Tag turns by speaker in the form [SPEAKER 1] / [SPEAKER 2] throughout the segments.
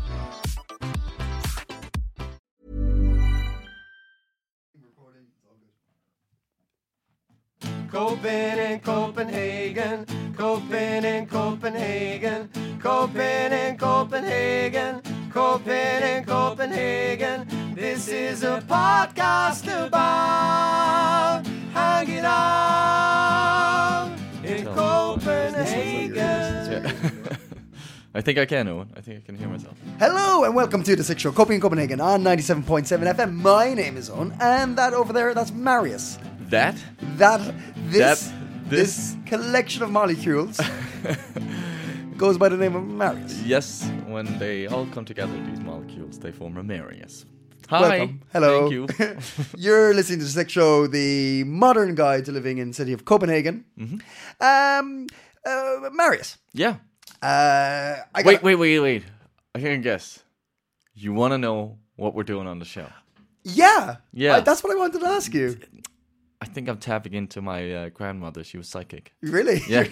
[SPEAKER 1] Coping in Copenhagen, coping in Copenhagen, coping in Copenhagen, coping in Copenhagen. This is a podcast about hanging out in Copenhagen.
[SPEAKER 2] I think I can, Owen. I think I can hear myself.
[SPEAKER 3] Hello and welcome to the Six Show, Coping in Copenhagen on 97.7 FM. My name is On, and that over there, that's Marius.
[SPEAKER 2] That?
[SPEAKER 3] That, this,
[SPEAKER 2] That,
[SPEAKER 3] this,
[SPEAKER 2] this-
[SPEAKER 3] collection of molecules goes by the name of Marius.
[SPEAKER 2] Yes, when they all come together, these molecules, they form a Marius. Hi.
[SPEAKER 3] Welcome. Hello.
[SPEAKER 2] Thank you.
[SPEAKER 3] You're listening to the Six Show, the modern guide to living in city of Copenhagen.
[SPEAKER 2] Mm-hmm.
[SPEAKER 3] Um, uh, Marius.
[SPEAKER 2] yeah.
[SPEAKER 3] Uh, I
[SPEAKER 2] Wait,
[SPEAKER 3] gotta-
[SPEAKER 2] wait, wait, wait. I can guess. You want to know what we're doing on the show?
[SPEAKER 3] Yeah.
[SPEAKER 2] Yeah.
[SPEAKER 3] I- that's what I wanted to ask you.
[SPEAKER 2] I think I'm tapping into my uh, grandmother. She was psychic.
[SPEAKER 3] Really?
[SPEAKER 2] Yeah.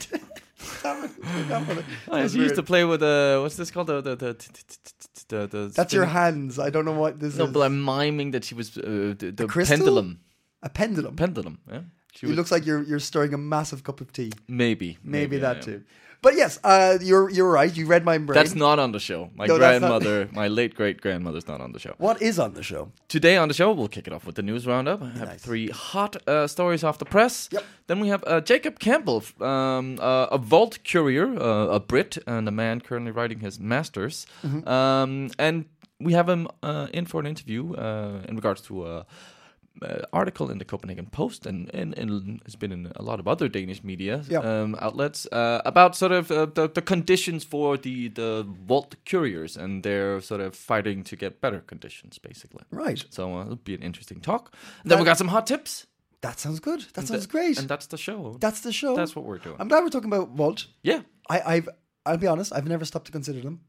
[SPEAKER 2] Oh,
[SPEAKER 3] That's
[SPEAKER 2] she used to
[SPEAKER 3] weird.
[SPEAKER 2] play with uh, what's this called? The the the, t- t- t- t- the, the
[SPEAKER 3] That's your
[SPEAKER 2] spin-
[SPEAKER 3] hands. I don't know what this
[SPEAKER 2] No,
[SPEAKER 3] is.
[SPEAKER 2] but I'm miming that she was uh, the, the
[SPEAKER 3] crystal?
[SPEAKER 2] pendulum.
[SPEAKER 3] a pendulum.
[SPEAKER 2] Pendulum. Yeah. She
[SPEAKER 3] it looks like you're you're stirring a massive cup of tea.
[SPEAKER 2] maybe
[SPEAKER 3] Maybe
[SPEAKER 2] I
[SPEAKER 3] that
[SPEAKER 2] am.
[SPEAKER 3] too. But yes, uh, you're you're right. You read my brain.
[SPEAKER 2] That's not on the show. My
[SPEAKER 3] No, that's not-
[SPEAKER 2] grandmother, my late great grandmother's not on the show.
[SPEAKER 3] what is on the show.
[SPEAKER 2] Today on the show, we'll kick it off with the news roundup. I have
[SPEAKER 3] Nice.
[SPEAKER 2] three hot uh, stories off the press.
[SPEAKER 3] Yep.
[SPEAKER 2] Then we have uh, Jacob Campbell, f- um, uh, a vault courier, uh, a Brit, and a man currently writing his master's.
[SPEAKER 3] Mm-hmm.
[SPEAKER 2] Um, and we have him uh, in for an interview uh, in regards to a. Uh, article in the Copenhagen Post and, and, and it's been in a lot of other Danish media
[SPEAKER 3] Yep.
[SPEAKER 2] um, outlets uh, about sort of uh, the, the conditions for the the vault couriers and their sort of fighting to get better conditions basically.
[SPEAKER 3] Right.
[SPEAKER 2] So uh, it'll be an interesting talk. And then we got some hot tips.
[SPEAKER 3] That sounds good. That sounds great.
[SPEAKER 2] And that's the show.
[SPEAKER 3] that's the show.
[SPEAKER 2] that's what we're doing.
[SPEAKER 3] I'm glad we're talking about Walt.
[SPEAKER 2] yeah.
[SPEAKER 3] I, I've I'll be honest. I've never stopped to consider them.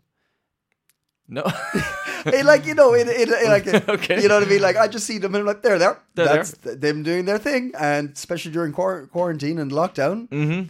[SPEAKER 2] No.
[SPEAKER 3] It, like you know, it, it, it, like
[SPEAKER 2] Okay.
[SPEAKER 3] you know what I mean. Like I just see them and I'm like they're there.
[SPEAKER 2] They're
[SPEAKER 3] That's th- them doing their thing, and especially during quar- quarantine and lockdown,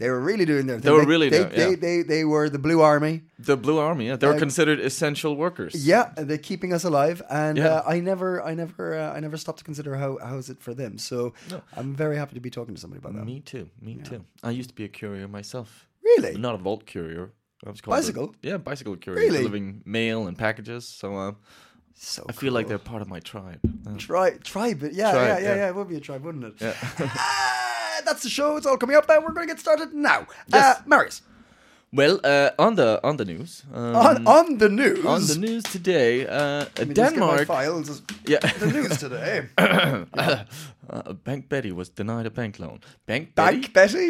[SPEAKER 3] they were really doing their. thing.
[SPEAKER 2] Mm-hmm. were really
[SPEAKER 3] they,
[SPEAKER 2] there, yeah.
[SPEAKER 3] they, they they were the blue army.
[SPEAKER 2] the Blue Army. Yeah. They were considered essential workers.
[SPEAKER 3] Yeah, they're keeping us alive, and
[SPEAKER 2] Yeah.
[SPEAKER 3] uh, I never, I never, uh, I never stopped to consider how how is it for them. So I'm very happy to be talking to somebody about that.
[SPEAKER 2] Me too. Me too. I used to be a courier myself.
[SPEAKER 3] Really?
[SPEAKER 2] Not a vault courier. I was called a-
[SPEAKER 3] Bicycle?
[SPEAKER 2] yeah, bicycle courier.
[SPEAKER 3] Really?
[SPEAKER 2] Delivering mail and packages. So uh,
[SPEAKER 3] So
[SPEAKER 2] I feel like they're part of my tribe. Uh,
[SPEAKER 3] tri- tribe. it- Yeah,
[SPEAKER 2] Tribe,
[SPEAKER 3] yeah, yeah, yeah,
[SPEAKER 2] yeah.
[SPEAKER 3] It would be a tribe, wouldn't it? Ah, that's the show. It's all coming up now. We're going to get started now.
[SPEAKER 2] Yes.
[SPEAKER 3] Uh, Marius,
[SPEAKER 2] well, uh, on the on the news. Um,
[SPEAKER 3] on, on the news.
[SPEAKER 2] on the news today, uh,
[SPEAKER 3] Let me just get my
[SPEAKER 2] Denmark.
[SPEAKER 3] files.
[SPEAKER 2] Yeah.
[SPEAKER 3] The news today.
[SPEAKER 2] Uh, Bank Betty was denied a bank loan. Bank Betty?
[SPEAKER 3] Bank Betty.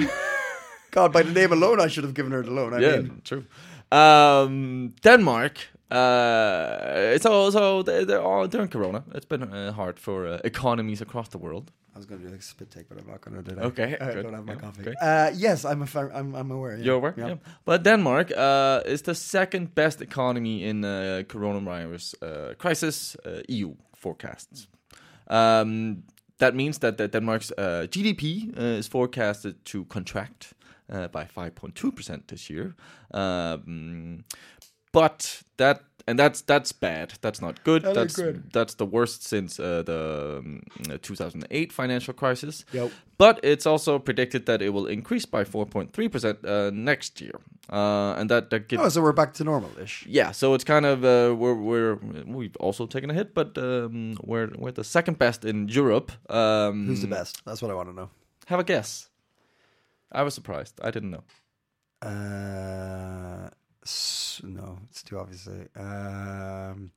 [SPEAKER 3] God, by the name alone, I should have given her the loan. I
[SPEAKER 2] yeah,
[SPEAKER 3] mean,
[SPEAKER 2] true. Um, Denmark. Uh, so so they- they're all during Corona. It's been uh, hard for uh, economies across the world.
[SPEAKER 3] I was going to do like a spit take, but I'm not going to do that.
[SPEAKER 2] Okay,
[SPEAKER 3] I
[SPEAKER 2] good.
[SPEAKER 3] don't have my
[SPEAKER 2] Yeah,
[SPEAKER 3] coffee.
[SPEAKER 2] great.
[SPEAKER 3] Uh, yes, I'm, a fa- I'm, I'm aware. Yeah.
[SPEAKER 2] You're aware,
[SPEAKER 3] Yeah.
[SPEAKER 2] yeah. But Denmark uh, is the second best economy in uh, coronavirus uh, crisis uh, EU forecasts. Um, that means that, that Denmark's uh, GDP uh, is forecasted to contract uh, by 5.2% this year. Um, but that and that's that's bad. That's not good.
[SPEAKER 3] That ain't
[SPEAKER 2] that's
[SPEAKER 3] good.
[SPEAKER 2] that's the worst since uh, the um, uh, 2008 financial crisis.
[SPEAKER 3] Yep.
[SPEAKER 2] But it's also predicted that it will increase by 4.3% uh, next year. Uh, and that, that gives
[SPEAKER 3] Oh, so we're back to normal-ish.
[SPEAKER 2] yeah, so it's kind of uh, we're we're we've also taken a hit, but um, we're we're the second best in Europe. Um,
[SPEAKER 3] Who's the best? That's what I want to know.
[SPEAKER 2] Have a guess. I was surprised. I didn't know.
[SPEAKER 3] Uh, s- no, it's too obvious. to say. Um,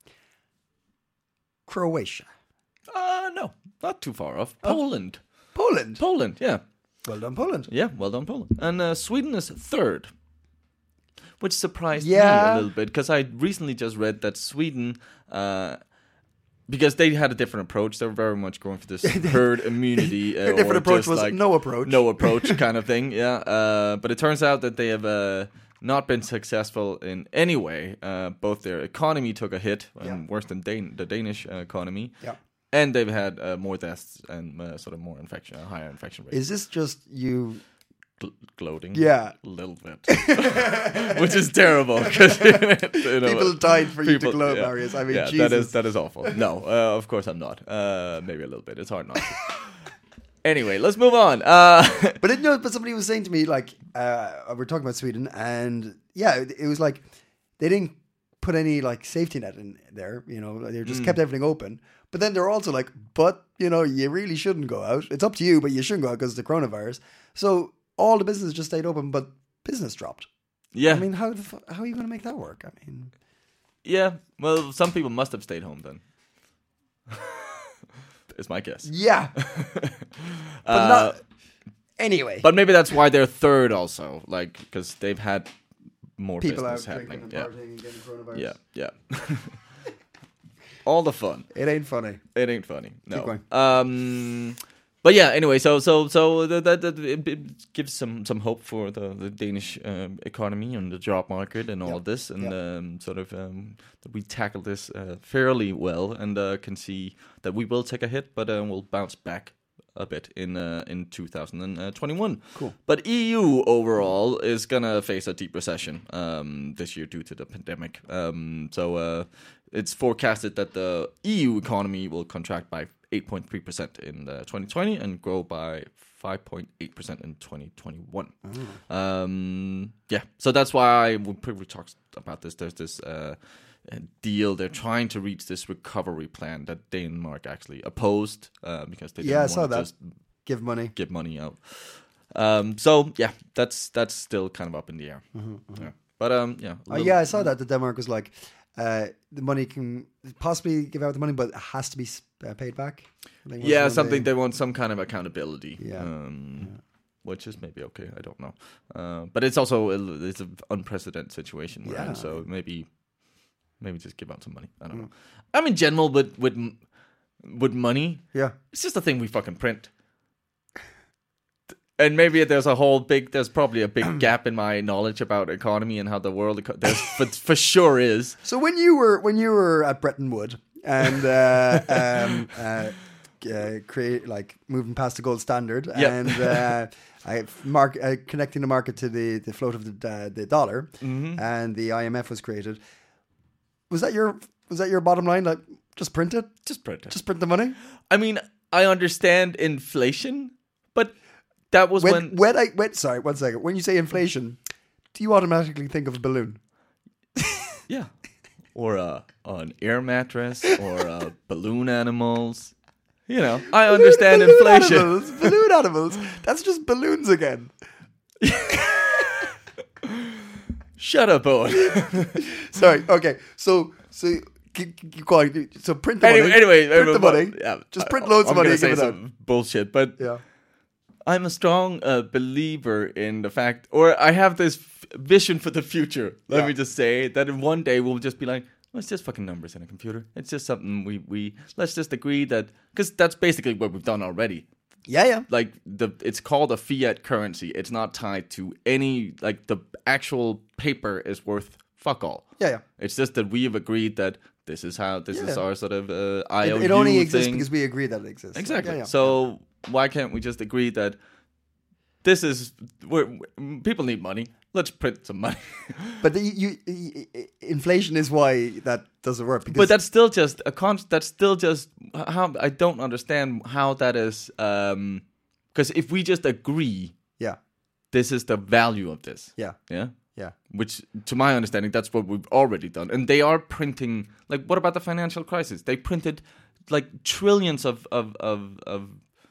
[SPEAKER 3] Croatia,
[SPEAKER 2] Uh, no, not too far off. Oh. Poland,
[SPEAKER 3] Poland.
[SPEAKER 2] Poland, yeah,
[SPEAKER 3] well done, Poland.
[SPEAKER 2] yeah. Well done, Poland. And uh, Sweden is third, which surprised me
[SPEAKER 3] Yeah.
[SPEAKER 2] a little bit because I recently just read that Sweden uh, because they had a different approach. They were very much going for this herd immunity. Uh,
[SPEAKER 3] Their different
[SPEAKER 2] or
[SPEAKER 3] approach
[SPEAKER 2] just,
[SPEAKER 3] was
[SPEAKER 2] like,
[SPEAKER 3] no approach.
[SPEAKER 2] no approach kind of thing. Yeah, uh, but it turns out that they have uh, not been successful in any way. Uh, both their economy took a hit, um,
[SPEAKER 3] Yeah.
[SPEAKER 2] worse than Dan- the Danish uh, economy.
[SPEAKER 3] Yeah.
[SPEAKER 2] And they've had uh, more deaths and uh, sort of more infection, a higher infection rate.
[SPEAKER 3] Is this just you?
[SPEAKER 2] Gl- gloating,
[SPEAKER 3] Yeah.
[SPEAKER 2] a little bit, which is terrible because
[SPEAKER 3] People died for you to gloat, Marius. I mean,
[SPEAKER 2] yeah,
[SPEAKER 3] Jesus.
[SPEAKER 2] that is that is awful. No, uh, of course I'm not. Uh, maybe a little bit. It's hard not. to. anyway, let's move on. Uh,
[SPEAKER 3] But it, no, but somebody was saying to me like uh, we're talking about Sweden, and yeah, it, it was like they didn't put any like safety net in there. You know, they
[SPEAKER 2] Mm.
[SPEAKER 3] just kept everything open. But then they're also like, but you know, you really shouldn't go out. It's up to you, but you shouldn't go out because of the coronavirus. So all the businesses just stayed open, but business dropped.
[SPEAKER 2] yeah,
[SPEAKER 3] I mean, how the fu- how are you going to make that work? I mean,
[SPEAKER 2] yeah. Well, some people must have stayed home then. it's my guess.
[SPEAKER 3] yeah, but not anyway.
[SPEAKER 2] Uh, But maybe that's why they're third also, like because they've had more
[SPEAKER 3] people out
[SPEAKER 2] business
[SPEAKER 3] drinking
[SPEAKER 2] happening.
[SPEAKER 3] and
[SPEAKER 2] Yeah,
[SPEAKER 3] partying and getting coronavirus.
[SPEAKER 2] yeah, yeah. All the fun.
[SPEAKER 3] It ain't funny.
[SPEAKER 2] It ain't funny. No.
[SPEAKER 3] going.
[SPEAKER 2] Um, but yeah. Anyway, so so so that that, that it, it gives some some hope for the the Danish um, economy and the job market and all
[SPEAKER 3] Yeah.
[SPEAKER 2] of this, and
[SPEAKER 3] Yeah.
[SPEAKER 2] um, sort of um, that we tackle this uh, fairly well, and uh, can see that we will take a hit, but um, we'll bounce back a bit in uh, in 2021. Cool. But EU overall is gonna face a deep recession um, this year due to the pandemic. Um, so uh, it's forecasted that the EU economy will contract by 8.3 percent in uh, 2020 and grow by 5.8 percent in 2021.
[SPEAKER 3] Ah.
[SPEAKER 2] Um, yeah, so that's why we previously talked about this. There's this. Uh, uh, deal they're trying to reach this recovery plan that Denmark actually opposed uh, because they
[SPEAKER 3] Yeah, I
[SPEAKER 2] didn't
[SPEAKER 3] saw
[SPEAKER 2] want to
[SPEAKER 3] that.
[SPEAKER 2] just
[SPEAKER 3] Give money.
[SPEAKER 2] give money out. Um, so yeah, that's that's still kind of up in the air. Yeah. But um, yeah,
[SPEAKER 3] Oh, Mm-hmm, yeah, I saw that. That Denmark was like, uh, the money can possibly give out the money, but it has to be s- uh, paid back. I think was one
[SPEAKER 2] yeah,
[SPEAKER 3] of
[SPEAKER 2] something
[SPEAKER 3] the-
[SPEAKER 2] they want some kind of accountability.
[SPEAKER 3] Yeah.
[SPEAKER 2] Um, Which is maybe okay. I don't know, uh, but it's also a l- it's an unprecedented situation. Right?
[SPEAKER 3] Yeah.
[SPEAKER 2] So maybe, maybe just give out some money. I don't know. I mean, in general, with with m- with money,
[SPEAKER 3] yeah,
[SPEAKER 2] It's just a thing we fucking print. And maybe there's a whole big, there's probably a big gap in my knowledge about economy and how the world, eco- there's, for, for sure is.
[SPEAKER 3] So when you were when you were at Bretton Woods and uh, um, uh, uh, create like moving past the gold standard
[SPEAKER 2] Yep.
[SPEAKER 3] and uh, I mark uh, connecting the market to the, the float of the uh, the dollar
[SPEAKER 2] Mm-hmm.
[SPEAKER 3] and the IMF was created. Was that your was that your bottom line? Like just print it,
[SPEAKER 2] Just print it.
[SPEAKER 3] just print the money.
[SPEAKER 2] I mean, I understand inflation, but that was
[SPEAKER 3] when,
[SPEAKER 2] when,
[SPEAKER 3] when, I when sorry, one second. When you say inflation, do you automatically think of a balloon?
[SPEAKER 2] yeah. Or a, an air mattress or a balloon animals. You know, I understand
[SPEAKER 3] balloon
[SPEAKER 2] inflation.
[SPEAKER 3] Animals, balloon animals. That's just balloons again.
[SPEAKER 2] Shut up, Owen.
[SPEAKER 3] Sorry. Okay. So so keep, keep going. So print the
[SPEAKER 2] anyway,
[SPEAKER 3] money.
[SPEAKER 2] anyway,
[SPEAKER 3] print
[SPEAKER 2] uh,
[SPEAKER 3] the
[SPEAKER 2] well,
[SPEAKER 3] money.
[SPEAKER 2] yeah,
[SPEAKER 3] just
[SPEAKER 2] I-
[SPEAKER 3] print loads
[SPEAKER 2] I'm
[SPEAKER 3] of money.
[SPEAKER 2] gonna
[SPEAKER 3] And give
[SPEAKER 2] say
[SPEAKER 3] it out.
[SPEAKER 2] some bullshit, but
[SPEAKER 3] Yeah.
[SPEAKER 2] I'm a strong uh, believer in the fact, or I have this f- vision for the future. Let
[SPEAKER 3] Yeah.
[SPEAKER 2] me just say that in one day we'll just be like, well, it's just fucking numbers in a computer. It's just something we we let's just agree that because that's basically what we've done already.
[SPEAKER 3] Yeah. Yeah.
[SPEAKER 2] Like the it's called a fiat currency. It's not tied to any like the actual paper is worth fuck all.
[SPEAKER 3] Yeah, yeah.
[SPEAKER 2] It's just that we have agreed that this is how this is
[SPEAKER 3] Yeah.
[SPEAKER 2] our sort of uh, IOU
[SPEAKER 3] It, it only
[SPEAKER 2] thing.
[SPEAKER 3] exists because we agree that it exists.
[SPEAKER 2] Exactly.
[SPEAKER 3] Yeah, yeah.
[SPEAKER 2] So why can't we just agree that this is we're, we're- people need money? Let's print some money.
[SPEAKER 3] but the, you, you, inflation is why that doesn't work. Because
[SPEAKER 2] but that's still just a con. That's still just how I don't understand how that is. Because if we just agree,
[SPEAKER 3] yeah,
[SPEAKER 2] this is the value of this.
[SPEAKER 3] yeah,
[SPEAKER 2] Yeah.
[SPEAKER 3] yeah.
[SPEAKER 2] Which, to my understanding, that's what we've already done. And they are printing. Like, what about the financial crisis? They printed like trillions of of of of,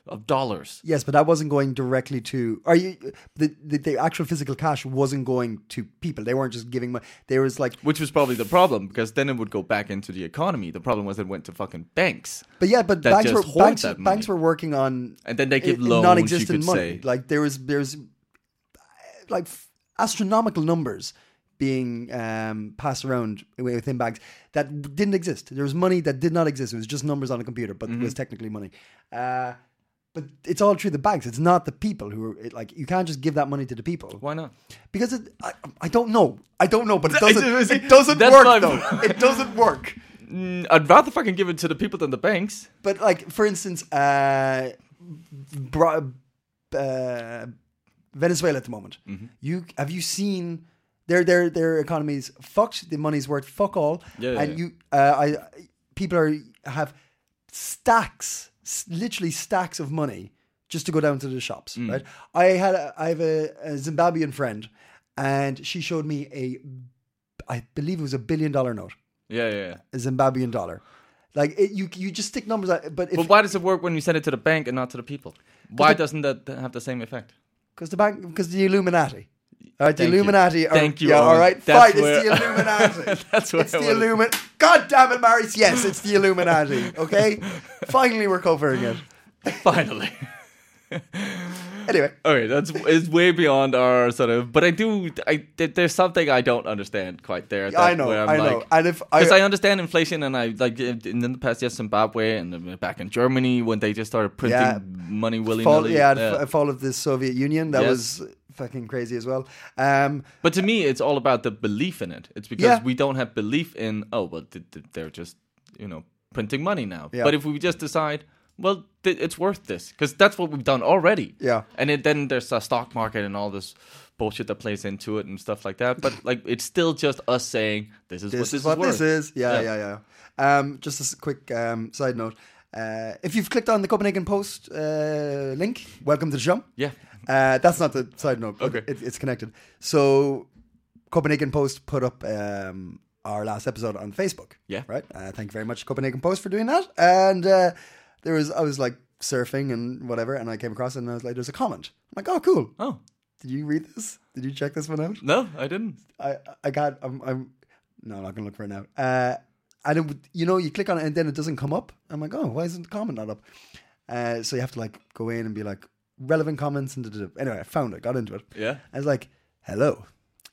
[SPEAKER 2] of dollars.
[SPEAKER 3] Yes, but that wasn't going directly to. Are you the, the the actual physical cash wasn't going to people? They weren't just giving money. There was like,
[SPEAKER 2] Which was probably the problem because then it would go back into the economy. The problem was it went to fucking banks,
[SPEAKER 3] but yeah, but
[SPEAKER 2] That
[SPEAKER 3] banks
[SPEAKER 2] just
[SPEAKER 3] were
[SPEAKER 2] hoard
[SPEAKER 3] banks,
[SPEAKER 2] that money.
[SPEAKER 3] banks were working on
[SPEAKER 2] and then they
[SPEAKER 3] i-
[SPEAKER 2] give loans.
[SPEAKER 3] non-existent
[SPEAKER 2] you could
[SPEAKER 3] money.
[SPEAKER 2] say.
[SPEAKER 3] Like there was there's like astronomical numbers being um, passed around within bags that didn't exist. There was money that did not exist. It was just numbers on a computer, but
[SPEAKER 2] Mm-hmm.
[SPEAKER 3] it was technically money. Uh, but it's all through the bags. It's not the people who are it, like. You can't just give that money to the people.
[SPEAKER 2] Why not?
[SPEAKER 3] Because it, I, I don't know. I don't know, but it
[SPEAKER 2] it's-
[SPEAKER 3] doesn't. It doesn't
[SPEAKER 2] that's
[SPEAKER 3] work
[SPEAKER 2] my-
[SPEAKER 3] though. It doesn't work.
[SPEAKER 2] Mm, I'd rather fucking give it to the people than the banks.
[SPEAKER 3] But like, for instance, uh, bra- uh, Venezuela at the moment.
[SPEAKER 2] Mm-hmm.
[SPEAKER 3] You have you seen their their their economies fucked. The money's worth fuck all.
[SPEAKER 2] Yeah,
[SPEAKER 3] and
[SPEAKER 2] yeah.
[SPEAKER 3] you uh, I people are have stacks, s- literally stacks of money just to go down to the shops.
[SPEAKER 2] Mm.
[SPEAKER 3] Right. I had a, I have a, a Zimbabwean friend, and she showed me a I believe it was a billion dollar note,
[SPEAKER 2] Yeah, yeah. yeah.
[SPEAKER 3] a Zimbabwean dollar. Like it, you, you just stick numbers out, but if
[SPEAKER 2] But why does it work when you send it to the bank and not to the people? Why doesn't that have the same effect?
[SPEAKER 3] Because the bank, because the Illuminati. All right, the
[SPEAKER 2] Thank you.
[SPEAKER 3] Illuminati. Are,
[SPEAKER 2] Thank you,
[SPEAKER 3] Yeah, all
[SPEAKER 2] Owen.
[SPEAKER 3] right,
[SPEAKER 2] That's
[SPEAKER 3] fine.
[SPEAKER 2] where-
[SPEAKER 3] It's the Illuminati.
[SPEAKER 2] That's where
[SPEAKER 3] it's
[SPEAKER 2] I
[SPEAKER 3] the
[SPEAKER 2] wanted-
[SPEAKER 3] Illuminati. God damn it, Marius. Yes, it's the Illuminati. Okay, finally we're covering it.
[SPEAKER 2] Finally.
[SPEAKER 3] Anyway,
[SPEAKER 2] Okay, that's it's way beyond our sort of. But I do, I there- there's something I don't understand quite there. that-
[SPEAKER 3] I know,
[SPEAKER 2] where I'm
[SPEAKER 3] I know,
[SPEAKER 2] like,
[SPEAKER 3] and if I,
[SPEAKER 2] because I, understand inflation, and I like in in the past, yes, Zimbabwe and then back in Germany when they just started printing
[SPEAKER 3] Yeah.
[SPEAKER 2] money willy
[SPEAKER 3] fall,
[SPEAKER 2] nilly.
[SPEAKER 3] yeah, yeah. fall of the Soviet Union, that
[SPEAKER 2] Yes.
[SPEAKER 3] was fucking crazy as well. Um,
[SPEAKER 2] But to me, it's all about the belief in it. It's because
[SPEAKER 3] Yeah.
[SPEAKER 2] we don't have belief in oh well, th- th- they're just you know printing money now.
[SPEAKER 3] Yeah.
[SPEAKER 2] But if we just decide, well, th- it's worth this because that's what we've done already.
[SPEAKER 3] Yeah.
[SPEAKER 2] And it, then there's a stock market and all this bullshit that plays into it and stuff like that. But like, it's still just us saying this is
[SPEAKER 3] this
[SPEAKER 2] what this
[SPEAKER 3] is what
[SPEAKER 2] worth.
[SPEAKER 3] this is. Yeah, yeah,
[SPEAKER 2] Yeah.
[SPEAKER 3] yeah. Um, just a s- quick um, side note. Uh, if you've clicked on the Copenhagen Post uh, link, welcome to the show.
[SPEAKER 2] Yeah.
[SPEAKER 3] Uh, that's not the side note, but
[SPEAKER 2] Okay.
[SPEAKER 3] it, it's connected. So, Copenhagen Post put up um, our last episode on Facebook.
[SPEAKER 2] Yeah.
[SPEAKER 3] Right? Uh, thank you very much, Copenhagen Post, for doing that. And uh, there was, I was like surfing and whatever, and I came across it and I was like, there's a comment. I'm like, oh, cool.
[SPEAKER 2] Oh
[SPEAKER 3] Did you read this? Did you check this one out?
[SPEAKER 2] no, I didn't.
[SPEAKER 3] I I got I'm I'm no I'm not gonna look for it now. Uh, and it would, you know you click on it and then it doesn't come up. I'm like, oh, why isn't the comment not up? Uh, so you have to like go in and be like relevant comments and da-da-da. anyway, I found it, got into it.
[SPEAKER 2] Yeah.
[SPEAKER 3] I was like, hello.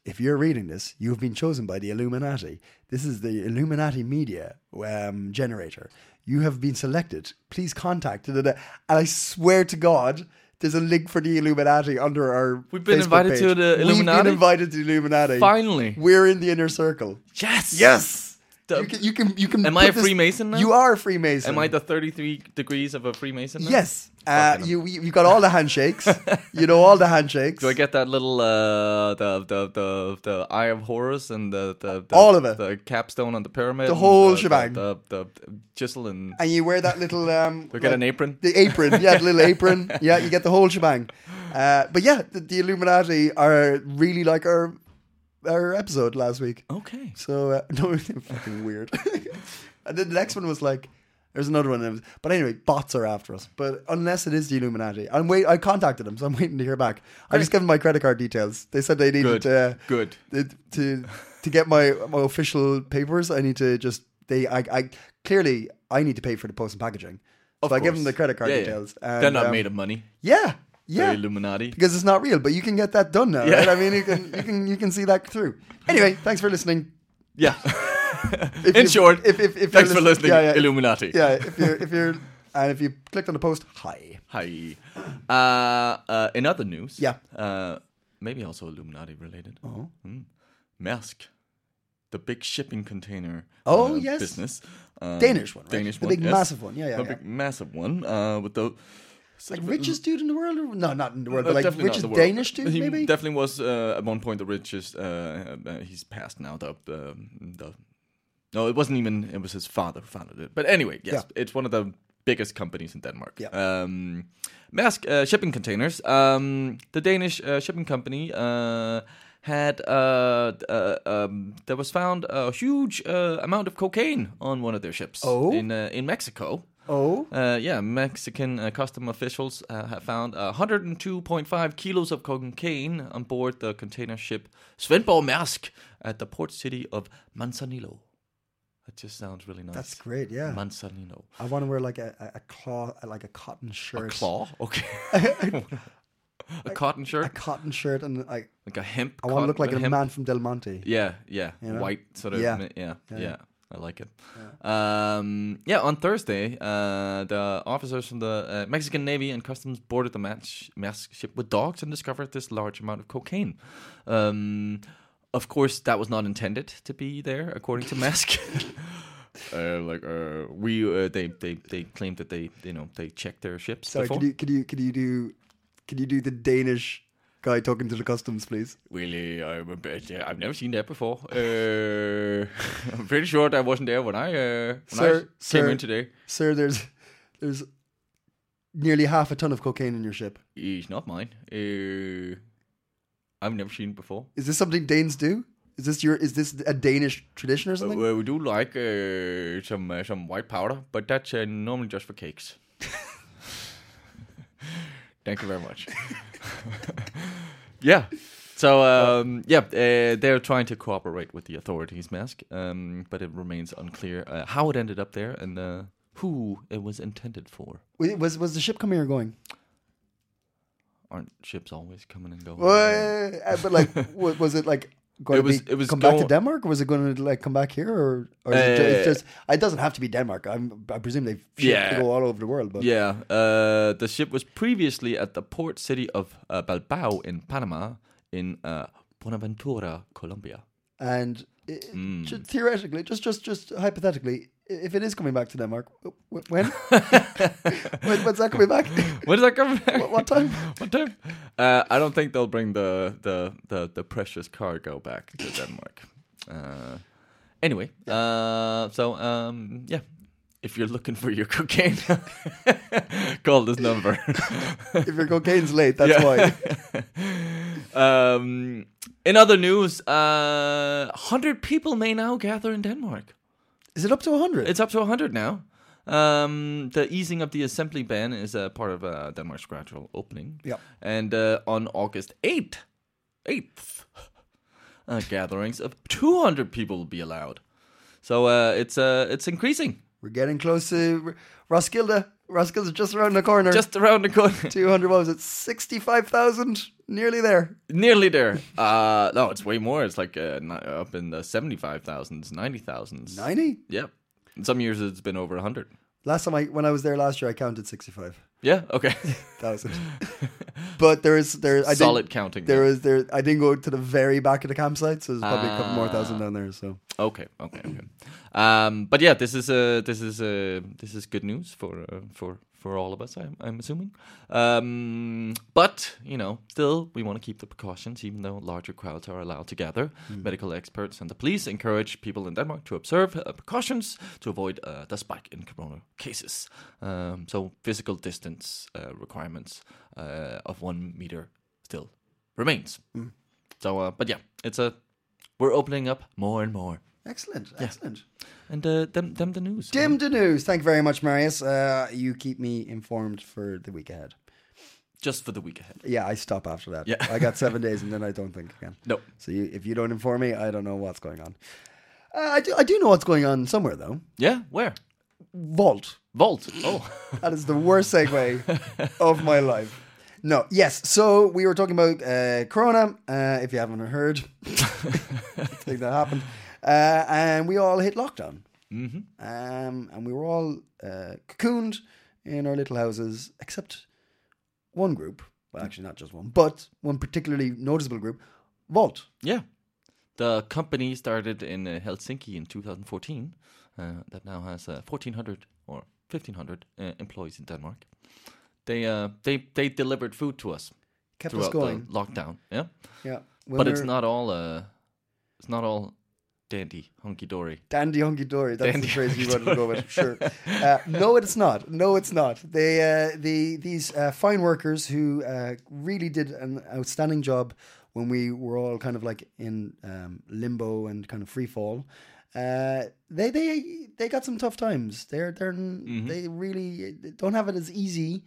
[SPEAKER 3] If you're reading this, you have been chosen by the Illuminati. This is the Illuminati media um, generator. You have been selected. Please contact. da-da-da." And I swear to God, there's a link for the Illuminati under our.
[SPEAKER 2] We've been
[SPEAKER 3] Facebook
[SPEAKER 2] invited
[SPEAKER 3] page.
[SPEAKER 2] to the
[SPEAKER 3] We've
[SPEAKER 2] Illuminati?
[SPEAKER 3] been invited to the Illuminati.
[SPEAKER 2] Finally.
[SPEAKER 3] We're in the inner circle.
[SPEAKER 2] Yes.
[SPEAKER 3] Yes.
[SPEAKER 2] The-
[SPEAKER 3] you can. You can. You can
[SPEAKER 2] Am I
[SPEAKER 3] put
[SPEAKER 2] a Freemason now?
[SPEAKER 3] You are a Freemason.
[SPEAKER 2] Am I the 33 degrees of a Freemason? now?
[SPEAKER 3] Yes. Uh,
[SPEAKER 2] Fucking-
[SPEAKER 3] you you you got all the handshakes. you know all the handshakes.
[SPEAKER 2] Do I get that little uh, the, the the the Eye of Horus and the, the, the
[SPEAKER 3] All of it.
[SPEAKER 2] the capstone on the pyramid,
[SPEAKER 3] The
[SPEAKER 2] and
[SPEAKER 3] whole
[SPEAKER 2] the,
[SPEAKER 3] shebang.
[SPEAKER 2] the, the, the Gissel and
[SPEAKER 3] and you wear that little. Um,
[SPEAKER 2] do I get
[SPEAKER 3] like-
[SPEAKER 2] an apron?
[SPEAKER 3] The apron, yeah, the little apron, yeah, you get the whole shebang. Uh, but yeah, the, the Illuminati are really like our our episode last week.
[SPEAKER 2] okay,
[SPEAKER 3] So uh, no, fucking weird. and then the next one was like, there's another one. that was- But anyway, bots are after us. But unless it is the Illuminati, I'm wait. I contacted them, so I'm waiting to hear back. I just gave them my credit card details. They said they needed
[SPEAKER 2] good,
[SPEAKER 3] uh,
[SPEAKER 2] good.
[SPEAKER 3] it- to to get my, my official papers. I need to just they. I, I clearly I need to pay for the post and packaging. so I give them the credit card
[SPEAKER 2] Yeah, yeah.
[SPEAKER 3] details.
[SPEAKER 2] They're
[SPEAKER 3] and,
[SPEAKER 2] not
[SPEAKER 3] um,
[SPEAKER 2] made of money.
[SPEAKER 3] Yeah,
[SPEAKER 2] They're
[SPEAKER 3] yeah
[SPEAKER 2] Illuminati.
[SPEAKER 3] because it's not real. But you can get that done now,
[SPEAKER 2] Yeah.
[SPEAKER 3] right? I mean, you can you can you can see that through. Anyway, thanks for listening.
[SPEAKER 2] Yeah.
[SPEAKER 3] If
[SPEAKER 2] In
[SPEAKER 3] you-
[SPEAKER 2] short,
[SPEAKER 3] if- if- if you're
[SPEAKER 2] thanks for
[SPEAKER 3] listen-
[SPEAKER 2] listening,
[SPEAKER 3] yeah, yeah, if-
[SPEAKER 2] Illuminati.
[SPEAKER 3] Yeah, if you if you're and if you clicked on the post, hi.
[SPEAKER 2] Hi. Uh, uh, in other news,
[SPEAKER 3] Yeah.
[SPEAKER 2] uh, maybe also Illuminati related.
[SPEAKER 3] Oh.
[SPEAKER 2] Mm. Maersk, the big shipping container.
[SPEAKER 3] Oh,
[SPEAKER 2] uh,
[SPEAKER 3] yes.
[SPEAKER 2] business, uh,
[SPEAKER 3] Danish one, right?
[SPEAKER 2] Danish
[SPEAKER 3] The
[SPEAKER 2] one,
[SPEAKER 3] big
[SPEAKER 2] yes.
[SPEAKER 3] massive one, yeah, yeah,
[SPEAKER 2] the
[SPEAKER 3] yeah.
[SPEAKER 2] big massive one uh, with the
[SPEAKER 3] Like richest dude in the world? or- No, not in the world,
[SPEAKER 2] Uh,
[SPEAKER 3] but like
[SPEAKER 2] Mm-hmm. definitely not
[SPEAKER 3] richest
[SPEAKER 2] the world.
[SPEAKER 3] Danish dude,
[SPEAKER 2] He
[SPEAKER 3] maybe.
[SPEAKER 2] definitely was uh, at one point the richest. Uh, uh, he's passed now. The, the the no, it wasn't even. It was his father who founded it. But anyway, yes,
[SPEAKER 3] Yeah.
[SPEAKER 2] it's one of the biggest companies in Denmark.
[SPEAKER 3] Yeah.
[SPEAKER 2] Um, Mask uh, shipping containers. Um, the Danish uh, shipping company. Uh, had uh, uh um there was found a huge uh, amount of cocaine on one of their ships
[SPEAKER 3] Oh?
[SPEAKER 2] in uh, in Mexico.
[SPEAKER 3] oh,
[SPEAKER 2] Uh, yeah, Mexican uh, custom officials uh, have found 102.5 kilos of cocaine on board the container ship Svendborg Maersk at the port city of Manzanillo. That just sounds really nice.
[SPEAKER 3] that's great. Yeah,
[SPEAKER 2] Manzanillo.
[SPEAKER 3] I want to wear like a, a, a claw, like a cotton shirt.
[SPEAKER 2] Claw? Okay. a cotton shirt,
[SPEAKER 3] a cotton shirt, and I
[SPEAKER 2] like a hemp.
[SPEAKER 3] I want to look like a
[SPEAKER 2] hemp.
[SPEAKER 3] man from Del Monte.
[SPEAKER 2] Yeah, yeah,
[SPEAKER 3] know?
[SPEAKER 2] white sort of.
[SPEAKER 3] Yeah.
[SPEAKER 2] Yeah, yeah,
[SPEAKER 3] Yeah.
[SPEAKER 2] I like it. Yeah. Um, yeah, on Thursday, uh, the officers from the uh, Mexican Navy and Customs boarded the match mask ship with dogs and discovered this large amount of cocaine. Um, of course, that was not intended to be there, according to Mask. Uh, like uh, we, uh, they, they, they claimed that they, you know, they checked their ships.
[SPEAKER 3] Sorry,
[SPEAKER 2] before.
[SPEAKER 3] could you could you could you do could you do the Danish guy talking to the customs, please?
[SPEAKER 2] Really, I'm a bit, yeah, I've never seen that before. Uh, I'm pretty sure that wasn't there when I uh, when I
[SPEAKER 3] Sir,
[SPEAKER 2] came
[SPEAKER 3] sir.
[SPEAKER 2] in today.
[SPEAKER 3] Sir, there's there's nearly half a ton of cocaine in your ship.
[SPEAKER 2] It's not mine. Uh, I've never seen it before.
[SPEAKER 3] Is this something Danes do? Is this your is this a Danish tradition or something?
[SPEAKER 2] Well, we do like uh, some uh, some white powder, but that's uh, normally just for cakes. Thank you very much. yeah. So um, yeah, uh, they're trying to cooperate with the authorities, Mask, um, but it remains unclear uh, how it ended up there and uh, who it was intended for.
[SPEAKER 3] Wait, Was was the ship coming or going?
[SPEAKER 2] Aren't ships always coming and going?
[SPEAKER 3] Well, uh, but like, wa- was it like going
[SPEAKER 2] It was-
[SPEAKER 3] to be,
[SPEAKER 2] it was
[SPEAKER 3] come back
[SPEAKER 2] go-
[SPEAKER 3] to Denmark, or was it going to like come back here, or, or is it ju- it's
[SPEAKER 2] Uh,
[SPEAKER 3] just it doesn't have to be Denmark. I'm, I presume they yeah.
[SPEAKER 2] Yeah.
[SPEAKER 3] to go all over the world, but
[SPEAKER 2] Yeah, uh, the ship was previously at the port city of uh, Balbao in Panama, in uh, Buenaventura, Colombia.
[SPEAKER 3] and it,
[SPEAKER 2] Hmm.
[SPEAKER 3] ju- theoretically, just just just hypothetically, i- if it is coming back to Denmark, w- when? when when's that coming back?
[SPEAKER 2] When does that come back?
[SPEAKER 3] what, what time?
[SPEAKER 2] What time? Uh, I don't think they'll bring the the the, the precious cargo back to Denmark. Uh, anyway, uh, so um, yeah, if you're looking for your cocaine, call this number.
[SPEAKER 3] If your cocaine's late, that's why.
[SPEAKER 2] um, in other news, uh, hundred people may now gather in Denmark.
[SPEAKER 3] Is it up to hundred?
[SPEAKER 2] It's up to 100 now. Um, the easing of the assembly ban is a part of uh, Denmark's gradual opening.
[SPEAKER 3] Yep.
[SPEAKER 2] And uh, on August 8th, 8th uh, gatherings of 200 people will be allowed. So uh, it's uh, it's increasing.
[SPEAKER 3] We're getting close to Roskilde. Roskilde's just around the corner.
[SPEAKER 2] Just around the corner.
[SPEAKER 3] two hundred. What was it? Sixty-five thousand, nearly there.
[SPEAKER 2] Nearly there. Uh, no, it's way more. It's like uh, ni- up in the 75,000s, 90,000s.
[SPEAKER 3] 90?
[SPEAKER 2] Yep. In some years it's been over 100.
[SPEAKER 3] Last time I, when I was there last year, I counted 65,000.
[SPEAKER 2] Yeah, okay.
[SPEAKER 3] But there is, there, I
[SPEAKER 2] Solid
[SPEAKER 3] didn't,
[SPEAKER 2] counting.
[SPEAKER 3] There
[SPEAKER 2] there.
[SPEAKER 3] is, there, I didn't go to the very back of the campsite, so there's probably a couple
[SPEAKER 2] Ah.
[SPEAKER 3] more thousand down there. So
[SPEAKER 2] Okay, okay, okay. Um, but yeah, this is uh, this is uh, this is good news for uh, for for all of us. I'm, I'm assuming. Um, but you know, still, we want to keep the precautions, even though larger crowds are allowed to gather. Medical experts and the police encourage people in Denmark to observe uh, precautions to avoid uh, the spike in corona cases. Um, so physical distance uh, requirements uh, of one meter still remains. So, uh, but yeah, it's a we're opening up more and more.
[SPEAKER 3] excellent, excellent.
[SPEAKER 2] And uh, them, them the news.
[SPEAKER 3] Dim the news. Thank you very much, Marius. Uh, you keep me informed for the week ahead.
[SPEAKER 2] Just for the week ahead.
[SPEAKER 3] Yeah, I stop after that.
[SPEAKER 2] Yeah.
[SPEAKER 3] I got seven days, and then I don't think again.
[SPEAKER 2] No.
[SPEAKER 3] So you, if you don't inform me, I don't know what's going on. Uh, I do, I do know what's going on somewhere though.
[SPEAKER 2] Yeah, where?
[SPEAKER 3] Vault.
[SPEAKER 2] Vault. Oh.
[SPEAKER 3] That is the worst segue of my life. No, yes. So we were talking about uh, Corona. Uh, if you haven't heard, I think that happened, uh, and we all hit lockdown. Mm-hmm. Um, and we were all uh, cocooned in our little houses, except one group. Well, actually, not just one, but one particularly noticeable group, Vault.
[SPEAKER 2] yeah. The company started in uh, Helsinki in 2014 uh, that now has uh, 1,400 or 1,500 uh, employees in Denmark. They, uh, they, they delivered food to us
[SPEAKER 3] Kept us
[SPEAKER 2] throughout the
[SPEAKER 3] going.
[SPEAKER 2] lockdown. Yeah.
[SPEAKER 3] yeah, When
[SPEAKER 2] but
[SPEAKER 3] we
[SPEAKER 2] it's
[SPEAKER 3] were-
[SPEAKER 2] not all, uh, it's not all dandy, hunky-dory.
[SPEAKER 3] Dandy hunky dory. That's
[SPEAKER 2] Dandy
[SPEAKER 3] the phrase you wanted to go with. Sure. Uh, no, it's not. No, it's not. They, uh, the these uh, fine workers who uh, really did an outstanding job when we were all kind of like in um, limbo and kind of free fall. Uh, they they they got some tough times. They're they're
[SPEAKER 2] Mm-hmm.
[SPEAKER 3] they really don't have it as easy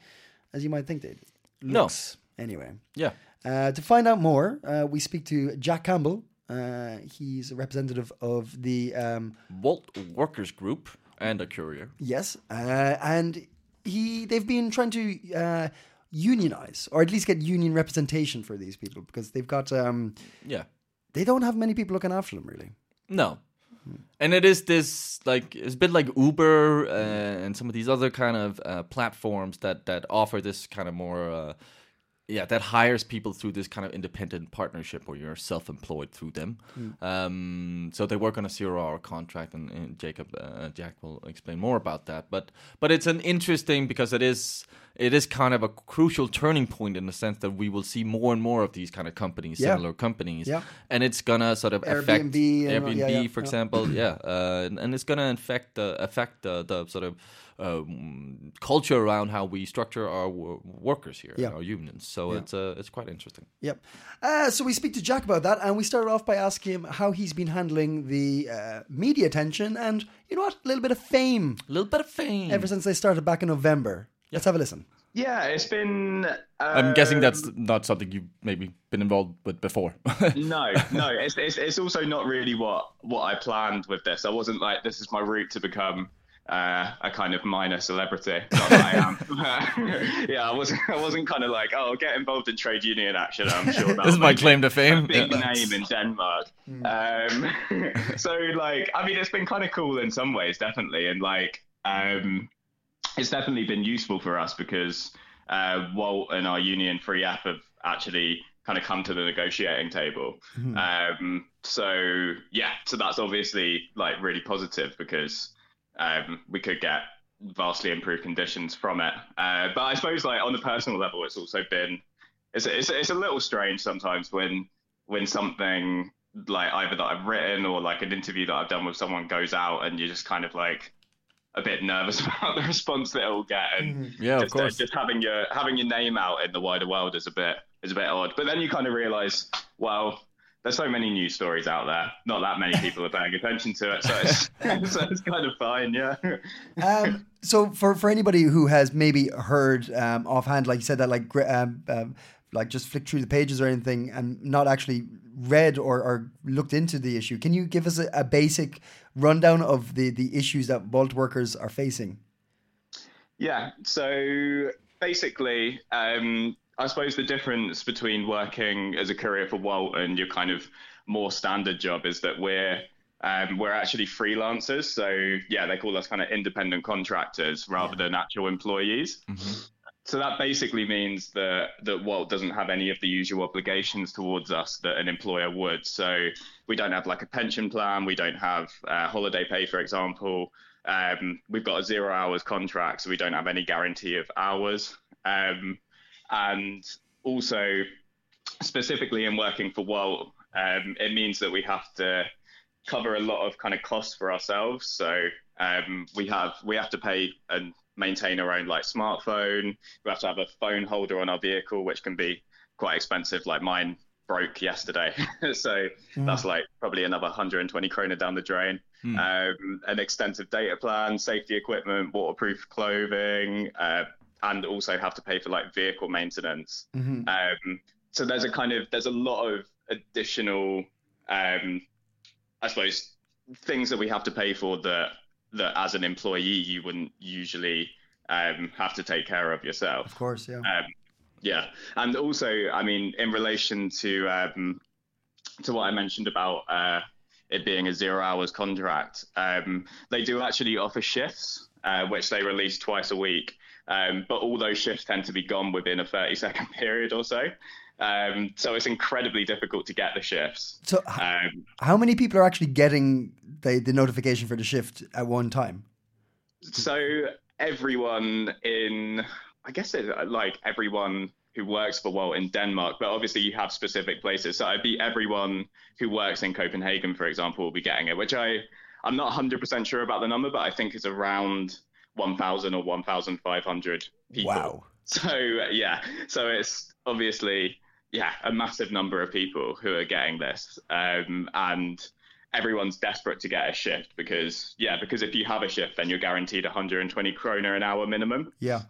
[SPEAKER 3] as you might think they do.
[SPEAKER 2] No.
[SPEAKER 3] Looks anyway.
[SPEAKER 2] Yeah.
[SPEAKER 3] Uh, to find out more, uh, we speak to Jack Campbell. Uh, he's a representative of the um,
[SPEAKER 2] Vault Workers Group and a courier.
[SPEAKER 3] yes, uh, and he they've been trying to uh, unionize or at least get union representation for these people because they've got um,
[SPEAKER 2] Yeah.
[SPEAKER 3] they don't have many people looking after them really.
[SPEAKER 2] No. And it is this like it's a bit like Uber uh, and some of these other kind of uh, platforms that that offer this kind of more uh, yeah that hires people through this kind of independent partnership where you're self-employed through them.
[SPEAKER 3] Hmm.
[SPEAKER 2] Um, so they work on a zero-hour contract, and, and Jacob uh, Jack will explain more about that. But but it's an interesting because it is it is kind of a crucial turning point in the sense that we will see more and more of these kind of companies,
[SPEAKER 3] Yeah.
[SPEAKER 2] similar companies,
[SPEAKER 3] Yeah.
[SPEAKER 2] and it's gonna sort of affect
[SPEAKER 3] Airbnb and all-
[SPEAKER 2] Airbnb,
[SPEAKER 3] yeah, yeah,
[SPEAKER 2] for
[SPEAKER 3] yeah.
[SPEAKER 2] example, yeah, uh, and, and it's gonna affect the affect the, the sort of um, culture around how we structure our wo- workers here,
[SPEAKER 3] Yeah.
[SPEAKER 2] our unions. So it's uh, it's quite interesting.
[SPEAKER 3] Yep. Uh, so we speak to Jack about that, and we started off by asking him how he's been handling the uh, media attention and, you know what, a little bit of fame
[SPEAKER 2] A little bit of fame.
[SPEAKER 3] ever since they started back in November. Let's have a listen.
[SPEAKER 4] Yeah, it's been. Uh,
[SPEAKER 2] I'm guessing that's not something you've maybe been involved with before.
[SPEAKER 4] no, no. It's, it's it's also not really what what I planned with this. I wasn't like this is my route to become uh, a kind of minor celebrity. Not that I am. yeah, I wasn't. I wasn't kind of like oh, get involved in trade union action. I'm sure
[SPEAKER 2] this is
[SPEAKER 4] that'll
[SPEAKER 2] my
[SPEAKER 4] make it
[SPEAKER 2] claim to fame.
[SPEAKER 4] big
[SPEAKER 2] Yeah.
[SPEAKER 4] name in Denmark. Um, so like, I mean, it's been kind of cool in some ways, definitely, and like, um, it's definitely been useful for us because uh, Walt and our Union Free app have actually kind of come to the negotiating table. Um, so yeah, so that's obviously like really positive because um, we could get vastly improved conditions from it. Uh, but I suppose like on the personal level, it's also been it's it's it's a little strange sometimes when when something like either that I've written or like an interview that I've done with someone goes out and you're just kind of like a bit nervous about the response that it'll get and
[SPEAKER 2] Yeah, of
[SPEAKER 4] just, uh,
[SPEAKER 2] course.
[SPEAKER 4] just having your having your name out in the wider world is a bit is a bit odd. But then you kind of realise, well, there's so many news stories out there. Not that many people are paying attention to it, so it's, so it's kind of fine. Yeah.
[SPEAKER 3] Um, so for, for anybody who has maybe heard um, offhand, like you said, that like gr- um, um, like just flick through the pages or anything and not actually read or, or looked into the issue, can you give us a, a basic rundown of the, the issues that vault workers are facing?
[SPEAKER 4] Yeah. So basically, um, I suppose the difference between working as a courier for Walt and your kind of more standard job is that we're um, we're actually freelancers. So yeah, they call us kind of independent contractors rather than actual employees. So that basically means that that Walt doesn't have any of the usual obligations towards us that an employer would. So we don't have like a pension plan, we don't have uh, holiday pay, for example. Um, we've got a zero hours contract, so we don't have any guarantee of hours. Um, and also, specifically in working for Walt, um, it means that we have to cover a lot of kind of costs for ourselves. So um, we have we have to pay and maintain our own like smartphone. We have to have a phone holder on our vehicle, which can be quite expensive. Like mine broke yesterday, so that's like probably another 120 kroner down the drain. Um, an extensive data plan, safety equipment, waterproof clothing, uh, and also have to pay for like vehicle maintenance.
[SPEAKER 3] Mm-hmm.
[SPEAKER 4] Um, so there's a kind of there's a lot of additional um, I suppose things that we have to pay for that that as an employee you wouldn't usually um, have to take care of yourself.
[SPEAKER 3] Of course, yeah.
[SPEAKER 4] Uh, Yeah, and also I mean in relation to um, to what I mentioned about uh, it being a zero hours contract, um, they do actually offer shifts, uh, which they release twice a week. Um, but all those shifts tend to be gone within a 30 second period or so. Um, so it's incredibly difficult to get the shifts.
[SPEAKER 3] So h-
[SPEAKER 4] Um,
[SPEAKER 3] how many people are actually getting the, the notification for the shift at one time?
[SPEAKER 4] so everyone in i guess it's uh, like everyone who works for Walt in Denmark, but obviously you have specific places. So it'd be everyone who works in Copenhagen, for example, will be getting it, which I, I'm not 100% sure about the number, but I think it's around 1,000 or 1,500 people.
[SPEAKER 3] Wow.
[SPEAKER 4] So uh, yeah, so it's obviously yeah a massive number of people who are getting this, um, and everyone's desperate to get a shift because yeah because if you have a shift then you're guaranteed 120 kroner an hour minimum.
[SPEAKER 3] Yeah.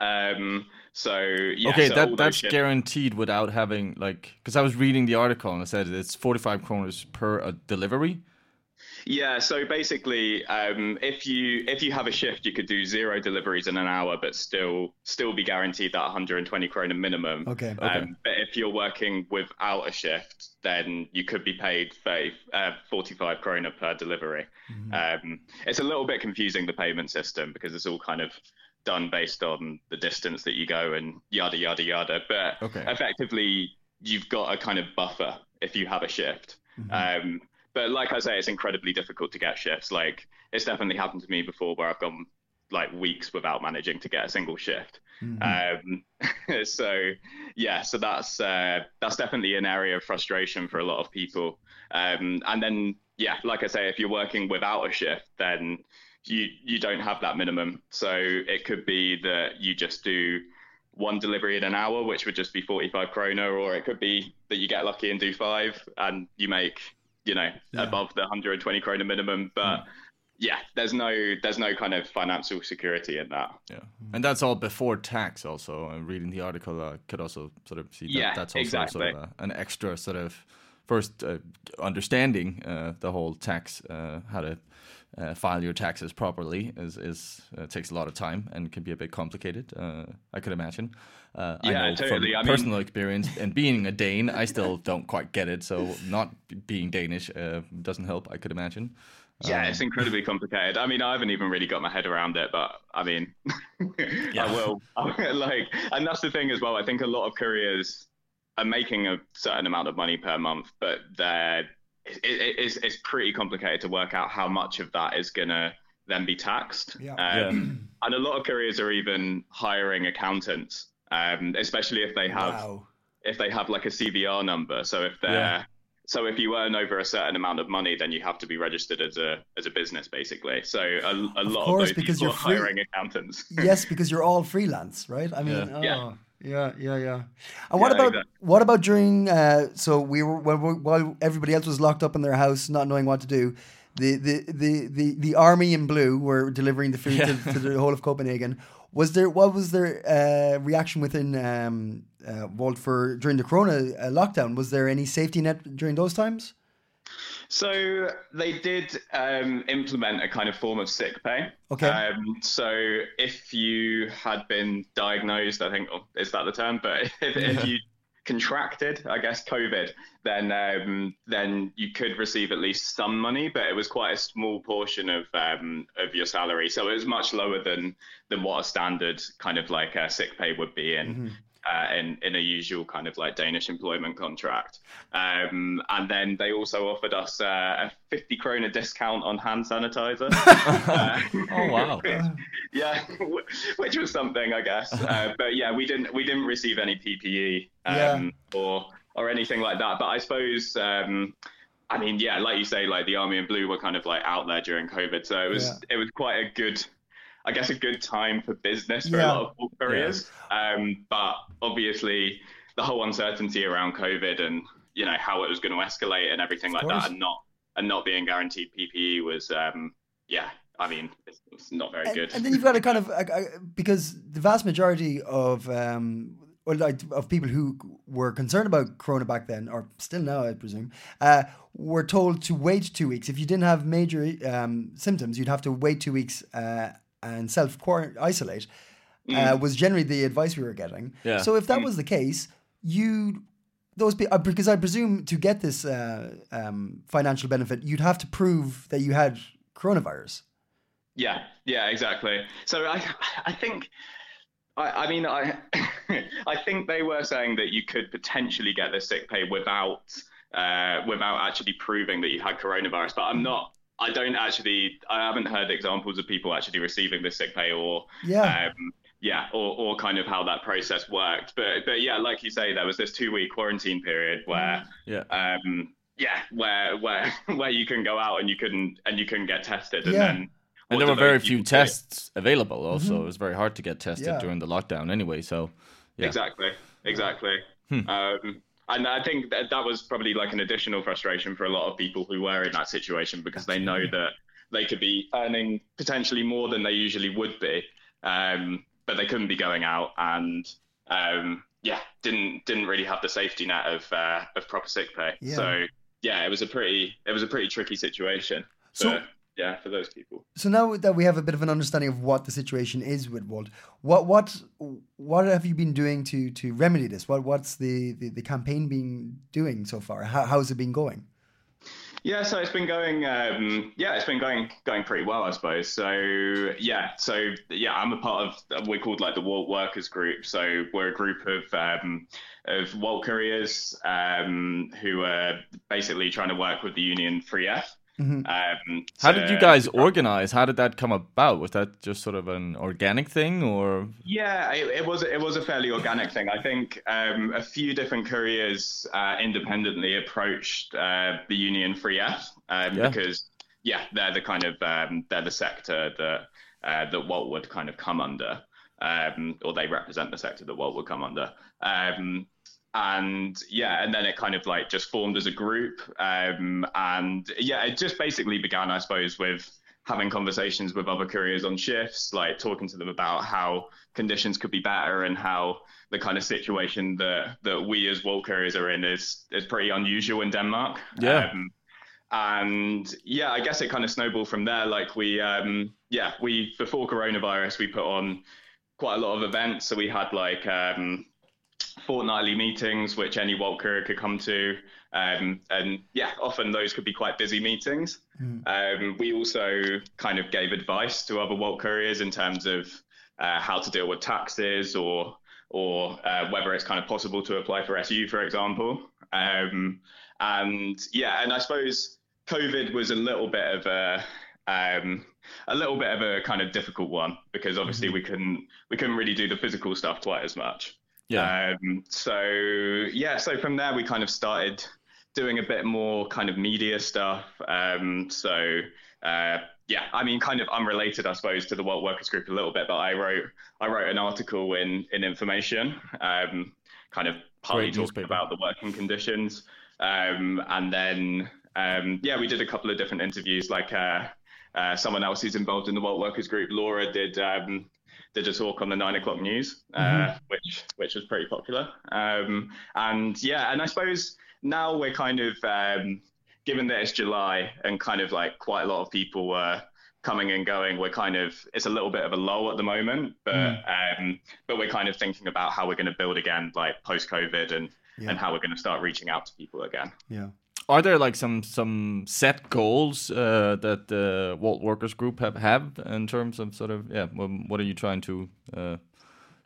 [SPEAKER 4] Um, so yeah,
[SPEAKER 2] okay,
[SPEAKER 4] so all
[SPEAKER 2] that
[SPEAKER 4] those
[SPEAKER 2] that's
[SPEAKER 4] shifts-
[SPEAKER 2] guaranteed without having like because I was reading the article and it said it's 45 kroners per uh, delivery.
[SPEAKER 4] Yeah, so basically, um, if you if you have a shift, you could do zero deliveries in an hour, but still still be guaranteed that 120 krona minimum.
[SPEAKER 3] Okay.
[SPEAKER 2] Okay.
[SPEAKER 4] Um, but if you're working without a shift, then you could be paid 30, uh, 45 krona per delivery.
[SPEAKER 3] Mm-hmm. Hmm.
[SPEAKER 4] Um, it's a little bit confusing the payment system because it's all kind of done based on the distance that you go and yada yada yada. But
[SPEAKER 2] Okay.
[SPEAKER 4] effectively, you've got a kind of buffer if you have a shift.
[SPEAKER 3] Mm-hmm. Hmm.
[SPEAKER 4] Um, but like I say, it's incredibly difficult to get shifts. Like it's definitely happened to me before where I've gone like weeks without managing to get a single shift.
[SPEAKER 3] Mm-hmm.
[SPEAKER 4] uh, Um, so yeah, so that's uh, that's definitely an area of frustration for a lot of people. Um, and then yeah, like I say, if you're working without a shift, then you you don't have that minimum. So it could be that you just do one delivery in an hour, which would just be 45 krona, or it could be that you get lucky and do five and you make, you know, above the 120 krona minimum. But yeah, there's no there's no kind of financial security in that.
[SPEAKER 2] Yeah, and that's all before tax. Also, I'm reading the article. I could also sort of see that
[SPEAKER 4] Yeah,
[SPEAKER 2] that's also sort of
[SPEAKER 4] exactly.
[SPEAKER 2] uh an extra sort of first uh, understanding uh, the whole tax, uh, how to uh, file your taxes properly is is uh, takes a lot of time and can be a bit complicated. Uh, I could imagine. Uh, I
[SPEAKER 4] Yeah,
[SPEAKER 2] know
[SPEAKER 4] totally. I
[SPEAKER 2] From
[SPEAKER 4] mean-
[SPEAKER 2] personal experience and being a Dane, I still don't quite get it. So not being Danish uh, doesn't help. I could imagine.
[SPEAKER 4] Yeah, it's incredibly complicated. I mean, I haven't even really got my head around it, but I mean, I will. like, and that's the thing as well. I think a lot of careers are making a certain amount of money per month, but they're it, it, it's it's pretty complicated to work out how much of that is gonna then be taxed.
[SPEAKER 3] Yeah.
[SPEAKER 4] Um, And a lot of careers are even hiring accountants, um, especially if they have
[SPEAKER 3] Wow.
[SPEAKER 4] if they have like a CVR number. So if they're
[SPEAKER 2] Yeah.
[SPEAKER 4] so if you earn over a certain amount of money, then you have to be registered as a as a business basically. So a, a lot
[SPEAKER 3] course,
[SPEAKER 4] of those
[SPEAKER 3] because
[SPEAKER 4] people
[SPEAKER 3] you're
[SPEAKER 4] are
[SPEAKER 3] free.
[SPEAKER 4] hiring accountants.
[SPEAKER 3] yes, because you're all freelance, right? I mean,
[SPEAKER 2] Yeah.
[SPEAKER 3] Oh,
[SPEAKER 4] Yeah.
[SPEAKER 3] yeah. yeah, yeah, And what
[SPEAKER 4] Yeah,
[SPEAKER 3] about
[SPEAKER 4] exactly.
[SPEAKER 3] what about during? Uh, so we were when we, while everybody else was locked up in their house, not knowing what to do. The the the the, the army in blue were delivering the food to, to the whole of Copenhagen. Was there what was their uh, reaction within um, uh, Walt for during the Corona uh, lockdown? Was there any safety net during those times?
[SPEAKER 4] So they did um, implement a kind of form of sick pay.
[SPEAKER 3] Okay.
[SPEAKER 4] Um, so if you had been diagnosed, I think oh, is that the term? But if, if you contracted, I guess COVID, then um, then you could receive at least some money, but it was quite a small portion of um, of your salary. So it was much lower than than what a standard kind of like uh, sick pay would be in uh, in in a usual kind of like Danish employment contract. Um, and then they also offered us uh, a 50 krona discount on hand sanitizer. Uh,
[SPEAKER 2] Oh wow.
[SPEAKER 4] yeah, wh- which was something, I guess. Uh, but yeah, we didn't we didn't receive any PPE um, or or anything like that. But I suppose. Um, I mean, yeah, like you say, like the army and blue were kind of like out there during COVID, so it was it was quite a good, I guess, a good time for business for
[SPEAKER 3] Yeah.
[SPEAKER 4] a lot of folk careers. Um, but obviously, the whole uncertainty around COVID and you know how it was going to escalate and everything like
[SPEAKER 3] course.
[SPEAKER 4] that, and not and not being guaranteed PPE was, um, yeah, I mean, it's, it's not very
[SPEAKER 3] and,
[SPEAKER 4] good.
[SPEAKER 3] and then you've got a kind of a, a- because the vast majority of um, well, like, of people who were concerned about Corona back then, or still now, I presume, uh, were told to wait two weeks. If you didn't have major um, symptoms, you'd have to wait two weeks uh, and self quarantine isolate. Uh, was generally the advice we were getting.
[SPEAKER 2] Yeah.
[SPEAKER 3] So if that was the case, you those people because I presume to get this uh, um, financial benefit, you'd have to prove that you had coronavirus.
[SPEAKER 4] Yeah, yeah, exactly. So I, I think, I, I mean, I, I think they were saying that you could potentially get the sick pay without, uh, without actually proving that you had coronavirus. But I'm not. I don't actually. I haven't heard examples of people actually receiving the sick pay or,
[SPEAKER 3] Yeah.
[SPEAKER 4] um, yeah, or, or kind of how that process worked. But, but yeah, like you say, there was this two-week quarantine period where
[SPEAKER 2] Yeah.
[SPEAKER 4] um, yeah, where where where you couldn't go out and you couldn't and you couldn't get tested, and
[SPEAKER 3] Yeah.
[SPEAKER 4] then
[SPEAKER 2] And
[SPEAKER 4] what
[SPEAKER 2] there were
[SPEAKER 4] do
[SPEAKER 2] very
[SPEAKER 4] those
[SPEAKER 2] few
[SPEAKER 4] people do?
[SPEAKER 2] tests available. Also, it was very hard to get tested
[SPEAKER 3] Yeah.
[SPEAKER 2] during the lockdown. Anyway, so yeah, Hmm.
[SPEAKER 4] Exactly, exactly. Um, and I think that that was probably like an additional frustration for a lot of people who were in that situation because they know that they could be earning potentially more than they usually would be, um, but they couldn't be going out and um, yeah, didn't didn't really have the safety net of uh, of proper sick pay.
[SPEAKER 3] Yeah.
[SPEAKER 4] So yeah, it was a pretty it was a pretty tricky situation.
[SPEAKER 3] So-
[SPEAKER 4] for- yeah, for those people.
[SPEAKER 3] So now that we have a bit of an understanding of what the situation is with Walt, what what what have you been doing to to remedy this? What what's the the, the campaign been doing so far? How how's it been going?
[SPEAKER 4] Yeah, so it's been going. Um, yeah, it's been going going pretty well, I suppose. So yeah, so yeah, I'm a part of we're called like the Walt Workers Group. So we're a group of um, of Walt couriers um, who are basically trying to work with the union 3F.
[SPEAKER 3] Mhm.
[SPEAKER 4] Um,
[SPEAKER 2] How did you
[SPEAKER 4] to-
[SPEAKER 2] guys organize? How did that come about? Was that just sort of an organic thing, or
[SPEAKER 4] Yeah, it, it was it was a fairly organic thing. I think um, a few different couriers uh, independently approached uh, the Union Free F um,
[SPEAKER 2] Yeah.
[SPEAKER 4] because yeah, they're the kind of um, they're the sector that uh, that Walt would kind of come under, um, or they represent the sector that Walt would come under. Um, and yeah, and then it kind of like just formed as a group. Um, and yeah, it just basically began, I suppose, with having conversations with other couriers on shifts, like talking to them about how conditions could be better and how the kind of situation that that we as wall couriers are in is is pretty unusual in Denmark.
[SPEAKER 2] Yeah.
[SPEAKER 4] Um, and yeah, I guess it kind of snowballed from there. Like we, um, yeah, we before coronavirus, we put on quite a lot of events. So we had like um, fortnightly meetings, which any Walt courier could come to. Um, and yeah, often those could be quite busy meetings.
[SPEAKER 3] mm-hmm.
[SPEAKER 4] Um, we also kind of gave advice to other Walt couriers in terms of uh, how to deal with taxes or or uh, whether it's kind of possible to apply for SU, for example. Um, and yeah, and I suppose COVID was a little bit of a um, a little bit of a kind of difficult one because obviously we couldn't we couldn't really do the physical stuff quite as much.
[SPEAKER 2] yeah,
[SPEAKER 4] Um, so yeah, so from there we kind of started doing a bit more kind of media stuff. Um, so uh, yeah, I mean, kind of unrelated, I suppose, to the World Workers Group a little bit, but I wrote I wrote an article in in Information, um, kind of partly
[SPEAKER 2] Great
[SPEAKER 4] talking
[SPEAKER 2] newspaper.
[SPEAKER 4] about the working conditions, um, and then um, yeah, we did a couple of different interviews, like. Uh, uh, someone else who's involved in the World Workers Group, Laura, did um, did a talk on the nine o'clock news, uh, which which was pretty popular. Um, and yeah, and I suppose now we're kind of um, given that it's July and kind of like quite a lot of people were coming and going. We're kind of it's a little bit of a lull at the moment, but um, but we're kind of thinking about how we're going to build again, like post COVID, and
[SPEAKER 3] Yeah.
[SPEAKER 4] and how we're going to start reaching out to people again.
[SPEAKER 3] Yeah.
[SPEAKER 2] are there like some some set goals uh, that the Walt Workers Group have have in terms of sort of yeah, wh- what are you trying to uh,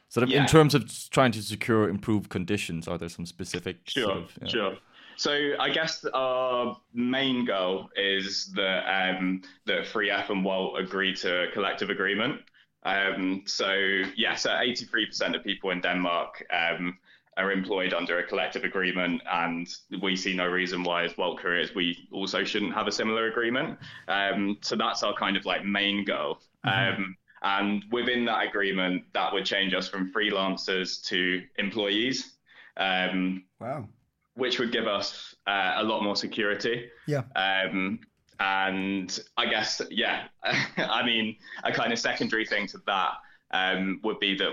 [SPEAKER 2] sort of in
[SPEAKER 4] Yeah.
[SPEAKER 2] terms of s- trying to secure improved conditions? Are there some specific
[SPEAKER 4] Sure,
[SPEAKER 2] sort of, yeah.
[SPEAKER 4] sure. So I guess our main goal is that um, that Free F and Walt agree to a collective agreement. Um, so yeah, so 83% of people in Denmark um, are employed under a collective agreement, and we see no reason why, as Walt careers, we also shouldn't have a similar agreement. Um, so that's our kind of like main goal.
[SPEAKER 2] Mm-hmm.
[SPEAKER 4] Um, and within that agreement, that would change us from freelancers to employees. Um,
[SPEAKER 3] Wow.
[SPEAKER 4] which would give us uh, a lot more security.
[SPEAKER 3] Yeah.
[SPEAKER 4] Um, and I guess, yeah, I mean, a kind of secondary thing to that um, would be that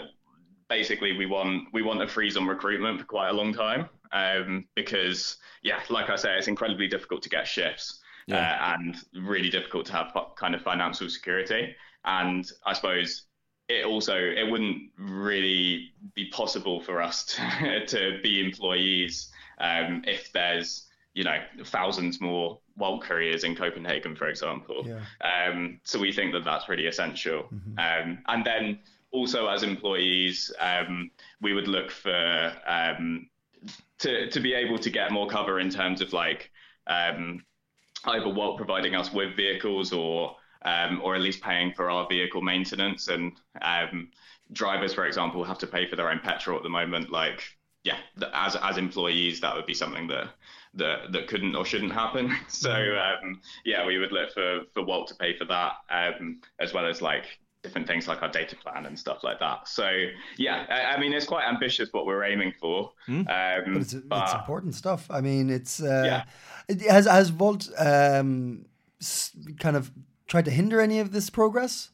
[SPEAKER 4] basically we want we want a freeze on recruitment for quite a long time um, because, yeah, like I say, it's incredibly difficult to get shifts
[SPEAKER 2] Yeah.
[SPEAKER 4] uh, and really difficult to have fi- kind of financial security. And I suppose it also it wouldn't really be possible for us to, to be employees um, if there's you know thousands more Walt couriers in Copenhagen, for example.
[SPEAKER 3] Yeah.
[SPEAKER 4] Um, so we think that that's really essential. Um, and then also as employees, um, we would look for um, to to be able to get more cover in terms of like um, either Walt providing us with vehicles or um, or at least paying for our vehicle maintenance and um, drivers, for example, have to pay for their own petrol at the moment. Like, yeah, th- as as employees, that would be something that that that couldn't or shouldn't happen. So
[SPEAKER 3] Mm-hmm.
[SPEAKER 4] um, yeah, we would look for for Walt to pay for that, um, as well as like different things like our data plan and stuff like that. So yeah, I, I mean, it's quite ambitious what we're aiming for. Um,
[SPEAKER 3] Mm. But it's, it's
[SPEAKER 4] but-
[SPEAKER 3] important stuff. I mean, it's uh,
[SPEAKER 4] Yeah.
[SPEAKER 3] it has has Volt um, s- kind of tried to hinder any of this progress?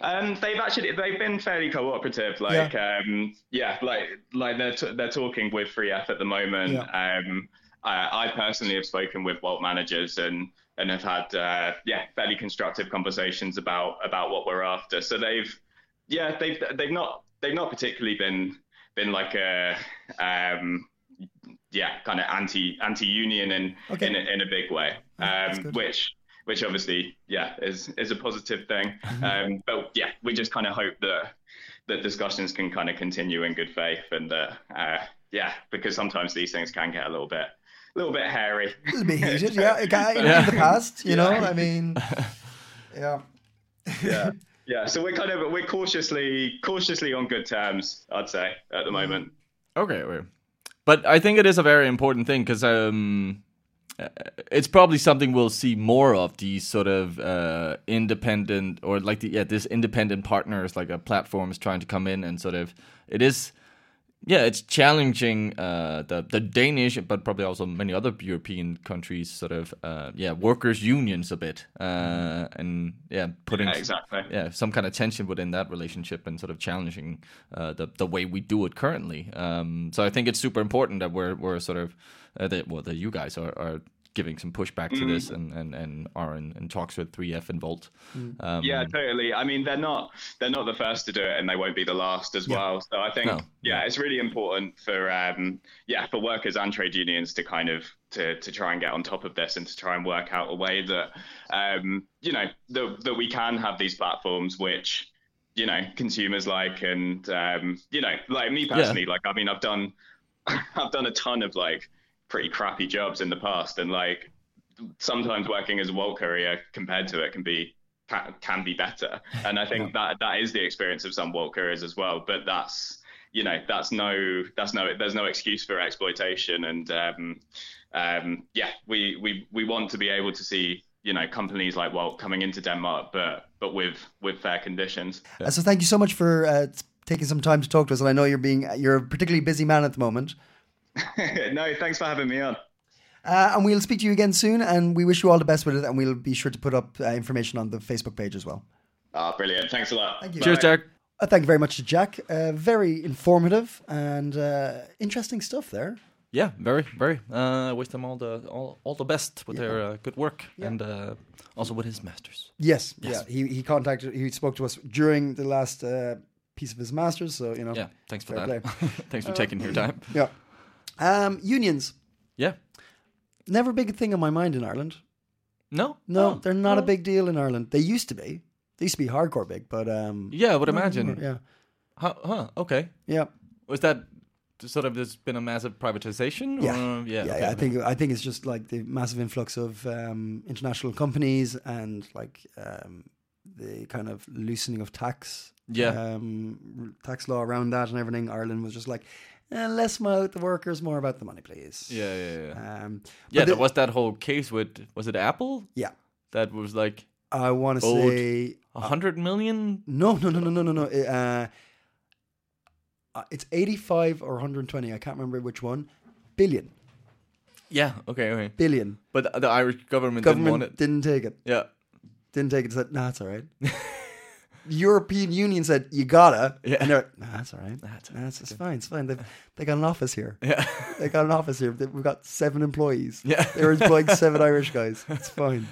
[SPEAKER 4] Um, they've actually they've been fairly cooperative. Like yeah, um, yeah like like they're t- they're talking with Free F at the moment. Um, I, I personally have spoken with Walt managers and and have had uh, yeah fairly constructive conversations about about what we're after. So they've yeah they've they've not they've not particularly been been like a um, yeah kind of anti anti union in,
[SPEAKER 3] Okay.
[SPEAKER 4] in a- in a big way,
[SPEAKER 3] Yeah, that's
[SPEAKER 4] um,
[SPEAKER 3] good.
[SPEAKER 4] which which obviously yeah is is a positive thing. Um, but yeah, we just kind of hope that that discussions can kind of continue in good faith and that uh, yeah because sometimes these things can get a little bit a little bit hairy.
[SPEAKER 3] It'll be heated, yeah. It got, it In the past, you know, I mean, yeah.
[SPEAKER 4] yeah yeah so we're kind of we're cautiously cautiously on good terms i'd say at the moment
[SPEAKER 2] Okay, wait. But I think it is a very important thing because um, uh, it's probably something we'll see more of these sort of uh, independent or like the, yeah, this independent partners like a platform is trying to come in and sort of it is yeah, it's challenging uh, the the Danish, but probably also many other European countries, sort of uh, yeah, workers' unions a bit, uh, and yeah, putting
[SPEAKER 4] Yeah, exactly.
[SPEAKER 2] yeah some kind of tension within that relationship and sort of challenging uh, the the way we do it currently. Um, so I think it's super important that we're we're sort of uh, that well that you guys are. are giving some pushback
[SPEAKER 4] Mm.
[SPEAKER 2] to this and, and, and are in, in talks with 3F and Volt.
[SPEAKER 3] Mm.
[SPEAKER 2] Um,
[SPEAKER 4] yeah totally i mean they're not they're not the first to do it and they won't be the last as well so i think
[SPEAKER 2] No.
[SPEAKER 4] yeah it's really important for um yeah for workers and trade unions to kind of to to try and get on top of this and to try and work out a way that um you know that that we can have these platforms which you know consumers like and um you know like me personally like i mean i've done i've done a ton of like pretty crappy jobs in the past and like sometimes working as a world courier compared to it can be can, can be better and i think that that is the experience of some world couriers as well but that's you know that's no that's no there's no excuse for exploitation and um um yeah we we we want to be able to see you know companies like Walt coming into denmark but but with with fair conditions
[SPEAKER 3] Uh, so thank you so much for uh, t- taking some time to talk to us. And I know you're being you're a particularly busy man at the moment.
[SPEAKER 4] no thanks for having me on
[SPEAKER 3] Uh, and we'll speak to you again soon. And we wish you all the best with it. And we'll be sure to put up uh, information on the Facebook page as well.
[SPEAKER 4] ah brilliant thanks a lot
[SPEAKER 3] Thank you.
[SPEAKER 2] Cheers, Jack.
[SPEAKER 3] Uh, thank you very much to Jack. Uh, very informative and uh, interesting stuff there.
[SPEAKER 2] Yeah, very, very. Uh, I wish them all the all, all the best with their uh, good work and uh, also with his masters.
[SPEAKER 3] Yes, yeah. He he contacted. He spoke to us during the last uh, piece of his masters. So you know.
[SPEAKER 2] Yeah, thanks for
[SPEAKER 3] Fair
[SPEAKER 2] that.
[SPEAKER 3] play. Uh,
[SPEAKER 2] thanks for taking your time.
[SPEAKER 3] Yeah. Um, unions
[SPEAKER 2] Yeah.
[SPEAKER 3] never a big thing on my mind in Ireland.
[SPEAKER 2] No. Oh.
[SPEAKER 3] No, they're not a big deal in Ireland. They used to be. They used to be hardcore big, but um,
[SPEAKER 2] Yeah, I would imagine.
[SPEAKER 3] yeah,
[SPEAKER 2] Huh, huh, Okay.
[SPEAKER 3] yeah,
[SPEAKER 2] Was that sort of there's been a massive privatization?
[SPEAKER 3] yeah,
[SPEAKER 2] Or, yeah.
[SPEAKER 3] yeah,
[SPEAKER 2] okay.
[SPEAKER 3] yeah, I think I think it's just like the massive influx of um, international companies and like um, the kind of loosening of tax,
[SPEAKER 2] Yeah.
[SPEAKER 3] um, r- tax law around that and everything. Ireland was just like eh, less about the workers, more about the money, please.
[SPEAKER 2] Yeah, yeah, yeah.
[SPEAKER 3] um, but
[SPEAKER 2] yeah,
[SPEAKER 3] the-
[SPEAKER 2] there was that whole case with was it Apple
[SPEAKER 3] yeah.
[SPEAKER 2] that was like
[SPEAKER 3] I want to
[SPEAKER 2] Old-
[SPEAKER 3] say
[SPEAKER 2] a hundred million?
[SPEAKER 3] No, no, no, no, no, no, no. It, Uh, uh, it's 85 or 120. I can't remember which one. Billion.
[SPEAKER 2] Yeah. Okay. Okay.
[SPEAKER 3] Billion.
[SPEAKER 2] But the- the Irish government, didn't want
[SPEAKER 3] Government
[SPEAKER 2] it.
[SPEAKER 3] didn't take it.
[SPEAKER 2] yeah.
[SPEAKER 3] Didn't take it. Said, nah, it's all right. European Union said, you gotta.
[SPEAKER 2] Yeah.
[SPEAKER 3] And they're like, nah, it's all right.
[SPEAKER 2] That's all
[SPEAKER 3] nah, it's, it's fine. It's fine. They've, they got an office here.
[SPEAKER 2] Yeah.
[SPEAKER 3] They got an office here. They- We've got seven employees.
[SPEAKER 2] Yeah.
[SPEAKER 3] They were employing seven Irish guys. It's fine.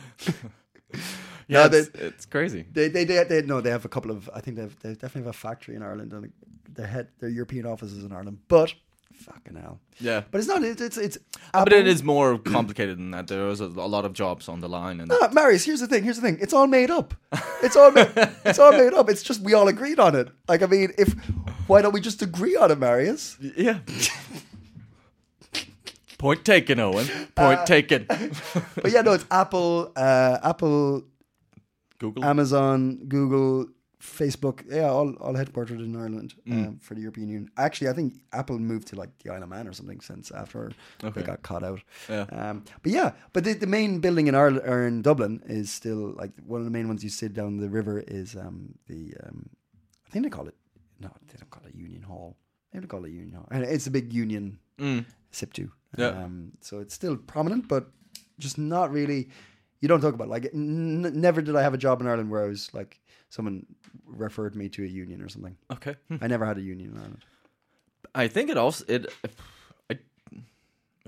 [SPEAKER 2] yeah.
[SPEAKER 3] they-
[SPEAKER 2] it's, it's crazy.
[SPEAKER 3] They, they, they, they, no, they have a couple of. I think they've, they definitely have a factory in Ireland, and their head, their European offices in Ireland. But fucking hell,
[SPEAKER 2] Yeah. Ah,
[SPEAKER 3] But it's not. It's it's. it's
[SPEAKER 2] But it is more complicated than that. There was a, a lot of jobs on the line, and
[SPEAKER 3] Ah, Marius, here's the thing. Here's the thing. It's all made up. It's all. ma- it's all made up. It's just we all agreed on it. Like I mean, if why don't we just agree on it, Marius?
[SPEAKER 2] yeah. Point taken, Owen. Point
[SPEAKER 3] Uh,
[SPEAKER 2] taken.
[SPEAKER 3] But yeah, no. It's Apple, uh, Apple,
[SPEAKER 2] Google.
[SPEAKER 3] Amazon, Google, Facebook. Yeah, all all headquartered in Ireland
[SPEAKER 2] Mm.
[SPEAKER 3] um, for the European Union. Actually, I think Apple moved to like the Isle of Man or something since after
[SPEAKER 2] Okay.
[SPEAKER 3] they got caught out.
[SPEAKER 2] Yeah.
[SPEAKER 3] Um, but yeah, but the, the main building in Ireland or in Dublin is still like one of the main ones you sit down the river is um, the um, I think they call it no they don't call it Union Hall they don't call it Union Hall and it's a big Union SIP two
[SPEAKER 2] Mm. Yeah.
[SPEAKER 3] um, so it's still prominent but just not really you don't talk about it. like n- n- never did I have a job in Ireland where I was like someone referred me to a union or something
[SPEAKER 2] okay. Hmm.
[SPEAKER 3] I never had a union in Ireland
[SPEAKER 2] I think it also it. I,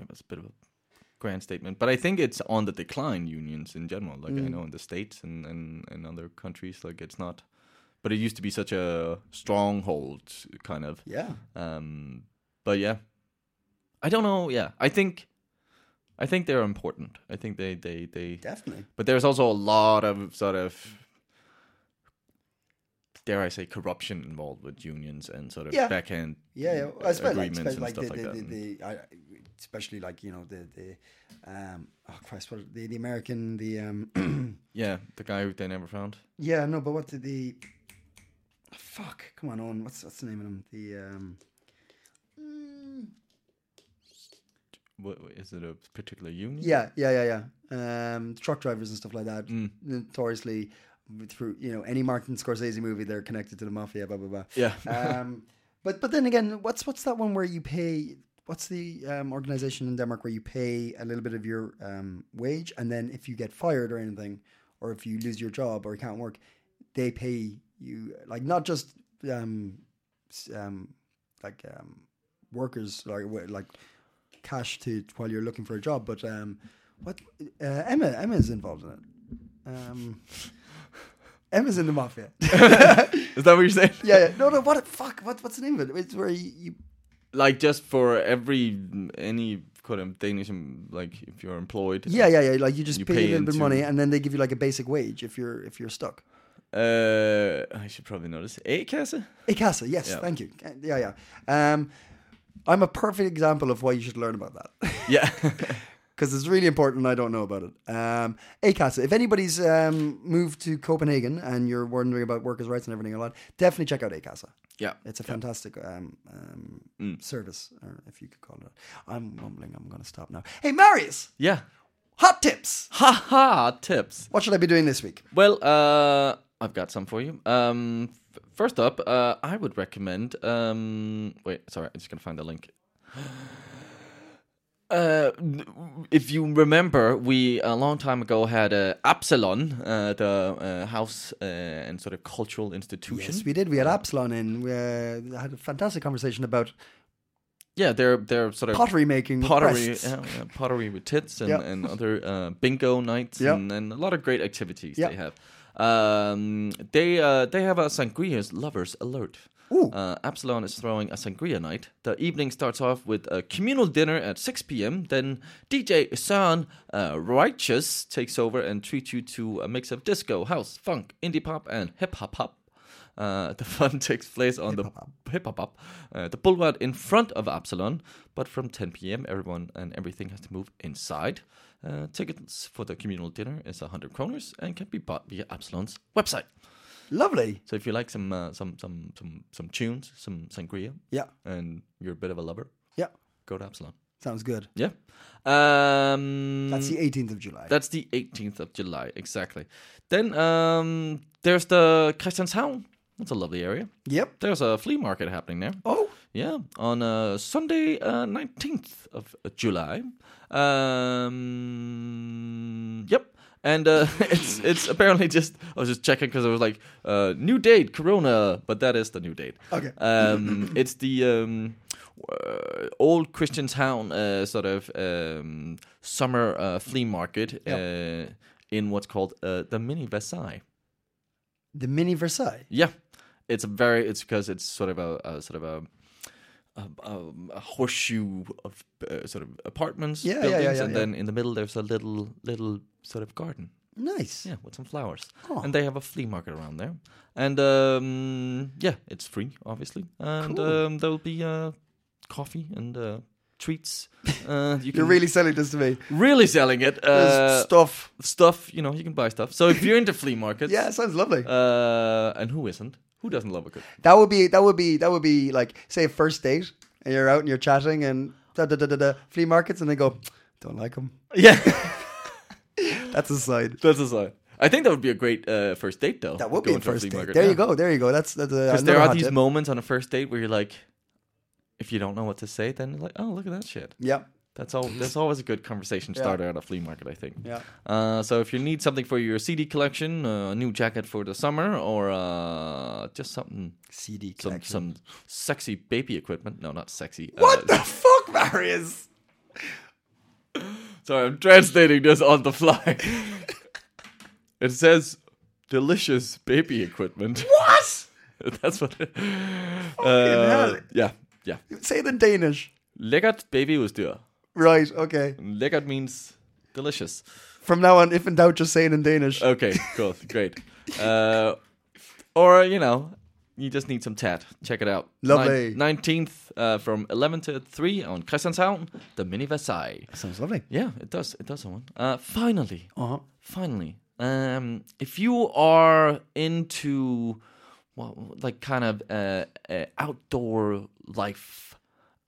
[SPEAKER 2] it's a bit of a grand statement, but I think it's on the decline. Unions in general, like
[SPEAKER 3] Mm.
[SPEAKER 2] I know in the states and, and and other countries, like it's not. But it used to be such a stronghold, kind of.
[SPEAKER 3] Yeah.
[SPEAKER 2] Um, but yeah, I don't know. Yeah, I think, I think they're important. I think they they they.
[SPEAKER 3] Definitely.
[SPEAKER 2] But there's also a lot of sort of, dare I say, corruption involved with unions and sort of
[SPEAKER 3] Yeah.
[SPEAKER 2] backhand
[SPEAKER 3] Yeah, yeah.
[SPEAKER 2] uh,
[SPEAKER 3] Well, especially like,
[SPEAKER 2] agreements
[SPEAKER 3] especially
[SPEAKER 2] and
[SPEAKER 3] like, the,
[SPEAKER 2] stuff like that.
[SPEAKER 3] the,
[SPEAKER 2] mm. and-
[SPEAKER 3] the, the, I, especially like you know the the um oh Christ what the the American the um
[SPEAKER 2] yeah, the guy who they never found.
[SPEAKER 3] yeah no but what did the oh, fuck come on on what's what's the name of him the um
[SPEAKER 2] What, is it a particular union?
[SPEAKER 3] yeah yeah yeah yeah um truck drivers and stuff like that notoriously through you know any Martin Scorsese movie they're connected to the mafia blah blah blah
[SPEAKER 2] Yeah.
[SPEAKER 3] um, but but then again, what's what's that one where you pay? What's the um, organization in Denmark where you pay a little bit of your um, wage, and then if you get fired or anything, or if you lose your job or can't work, they pay you like not just um, s- um, like um, workers like wa- like cash to while you're looking for a job, but um, what uh, Emma Emma is involved in it. Um, Emma's in the mafia.
[SPEAKER 2] Is that what you're saying?
[SPEAKER 3] yeah, yeah. No, no. What? Fuck. What? What's the name of it? It's where you. you
[SPEAKER 2] Like just for every any kind of Danish, um, like if you're employed.
[SPEAKER 3] yeah, yeah, yeah. Like you just
[SPEAKER 2] You
[SPEAKER 3] pay,
[SPEAKER 2] pay
[SPEAKER 3] a little bit of money,
[SPEAKER 2] into-
[SPEAKER 3] and then they give you like a basic wage if you're if you're stuck.
[SPEAKER 2] Uh, I should probably notice. A kasse.
[SPEAKER 3] Icasa, yes,
[SPEAKER 2] Yeah.
[SPEAKER 3] thank you. Uh, Yeah, yeah. Um, I'm a perfect example of why you should learn about that
[SPEAKER 2] Yeah.
[SPEAKER 3] because it's really important. and I don't know about it. Um, Icasa. If anybody's um, moved to Copenhagen and you're wondering about workers' rights and everything a lot, definitely check out Icasa.
[SPEAKER 2] yeah. Mm.
[SPEAKER 3] It's a fantastic um, um, service, or if you could call it. I'm mumbling. I'm going to stop now. Hey, Marius,
[SPEAKER 2] Yeah.
[SPEAKER 3] hot tips.
[SPEAKER 2] Ha ha. Tips.
[SPEAKER 3] What should I be doing this week?
[SPEAKER 2] Well, uh, I've got some for you. Um, f- first up, uh, I would recommend. Um, wait, sorry, I'm just gonna find the link. Uh, if you remember, we a long time ago had uh, Absalon, uh, the uh, house uh, and sort of cultural institution.
[SPEAKER 3] Yes, we did. We had Absalon in. We uh, had a fantastic conversation about
[SPEAKER 2] yeah, they're they're sort of
[SPEAKER 3] pottery making. with
[SPEAKER 2] pottery,
[SPEAKER 3] breasts.
[SPEAKER 2] yeah, yeah, pottery with tits and,
[SPEAKER 3] Yeah.
[SPEAKER 2] and other uh, bingo nights
[SPEAKER 3] Yeah.
[SPEAKER 2] and, and a lot of great activities
[SPEAKER 3] Yeah.
[SPEAKER 2] they have. Um, they uh, they have a sangria's lovers alert.
[SPEAKER 3] Ooh.
[SPEAKER 2] Uh, Absalon is throwing a sangria night. The evening starts off with a communal dinner at 6 p.m. Then DJ Isan uh, Righteous takes over and treats you to a mix of disco, house, funk, indie pop, and hip hop hop. Uh, the fun takes place on the hip hop up, uh, the boulevard in front of Absalon. But from 10 p.m., everyone and everything has to move inside. Uh, tickets for the communal dinner is 100 kroners and can be bought via Absalon's website.
[SPEAKER 3] Lovely.
[SPEAKER 2] So if you like some uh, some some some some tunes, some sangria,
[SPEAKER 3] Yeah,
[SPEAKER 2] and you're a bit of a lover,
[SPEAKER 3] yeah.
[SPEAKER 2] go to Absalon.
[SPEAKER 3] Sounds good.
[SPEAKER 2] Yeah. Um,
[SPEAKER 3] That's the 18th of July.
[SPEAKER 2] that's the 18th of July, exactly. Then um, there's the Christianshavn. That's a lovely area.
[SPEAKER 3] yep.
[SPEAKER 2] There's a flea market happening there.
[SPEAKER 3] Oh,
[SPEAKER 2] Yeah, on uh, Sunday, uh, 19th of July. Um, yep. And uh, it's it's apparently just I was just checking because I was like uh, new date Corona, but that is the new date.
[SPEAKER 3] Okay.
[SPEAKER 2] Um, it's the um, uh, old Christian town uh, sort of um, summer uh, flea market uh, in what's called uh, the mini Versailles.
[SPEAKER 3] the mini Versailles.
[SPEAKER 2] Yeah, it's a very. It's because it's sort of a, a sort of a. A, um, a horseshoe of uh, sort of apartments,
[SPEAKER 3] Yeah, yeah, yeah,
[SPEAKER 2] buildings,
[SPEAKER 3] yeah,
[SPEAKER 2] and
[SPEAKER 3] yeah.
[SPEAKER 2] then in the middle there's a little little sort of garden,
[SPEAKER 3] Nice.
[SPEAKER 2] yeah, with some flowers,
[SPEAKER 3] Oh.
[SPEAKER 2] and they have a flea market around there, and um, yeah, it's free, obviously, and
[SPEAKER 3] Cool.
[SPEAKER 2] um, there will be uh, coffee and uh, treats. Uh, you
[SPEAKER 3] You're
[SPEAKER 2] can
[SPEAKER 3] really selling this to me.
[SPEAKER 2] really selling it
[SPEAKER 3] There's
[SPEAKER 2] uh,
[SPEAKER 3] stuff.
[SPEAKER 2] stuff. You know, you can buy stuff. So if you're into flea markets,
[SPEAKER 3] Yeah, sounds lovely.
[SPEAKER 2] uh, and who isn't? Who doesn't love a good
[SPEAKER 3] that would be that would be that would be like say a first date and you're out and you're chatting and da da da da, da flea markets and they go don't like them.
[SPEAKER 2] Yeah,
[SPEAKER 3] That's a side.
[SPEAKER 2] that's a sign. I think that would be a great uh, first date, though.
[SPEAKER 3] That would be
[SPEAKER 2] going
[SPEAKER 3] a
[SPEAKER 2] to a
[SPEAKER 3] first
[SPEAKER 2] flea
[SPEAKER 3] date.
[SPEAKER 2] market,
[SPEAKER 3] there
[SPEAKER 2] yeah.
[SPEAKER 3] you go. There you go. That's that's uh,
[SPEAKER 2] Because there
[SPEAKER 3] another
[SPEAKER 2] are
[SPEAKER 3] hot
[SPEAKER 2] these
[SPEAKER 3] tip.
[SPEAKER 2] moments on a first date where you're like, if you don't know what to say, then you're like, oh, look at that shit.
[SPEAKER 3] Yeah.
[SPEAKER 2] That's all. That's always a good conversation starter at a flea market, I think.
[SPEAKER 3] Yeah.
[SPEAKER 2] Uh, so if you need something for your CD collection, uh, a new jacket for the summer, or uh, just something,
[SPEAKER 3] CD
[SPEAKER 2] some,
[SPEAKER 3] collection.
[SPEAKER 2] some sexy Uh, baby equipment. No, not sexy.
[SPEAKER 3] What
[SPEAKER 2] uh,
[SPEAKER 3] the fuck, Marius?
[SPEAKER 2] Sorry, I'm translating this on the fly. it says delicious baby equipment.
[SPEAKER 3] What?
[SPEAKER 2] That's what. uh,
[SPEAKER 3] hell.
[SPEAKER 2] yeah, yeah.
[SPEAKER 3] Say it in Danish.
[SPEAKER 2] Lækkert babyudstyr.
[SPEAKER 3] Right, okay.
[SPEAKER 2] Lækkert means delicious.
[SPEAKER 3] From now on, if in doubt, just say it in Danish.
[SPEAKER 2] Okay, cool, great. Uh, or you know, you just need some tat. Check it out.
[SPEAKER 3] Lovely.
[SPEAKER 2] Nineteenth uh, from eleven to three on Christianshavn, the mini Versailles.
[SPEAKER 3] Sounds lovely.
[SPEAKER 2] Yeah, it does. It does, someone. Uh, finally,
[SPEAKER 3] Uh-huh.
[SPEAKER 2] finally. Um, if you are into, well, like kind of uh, uh, outdoor life,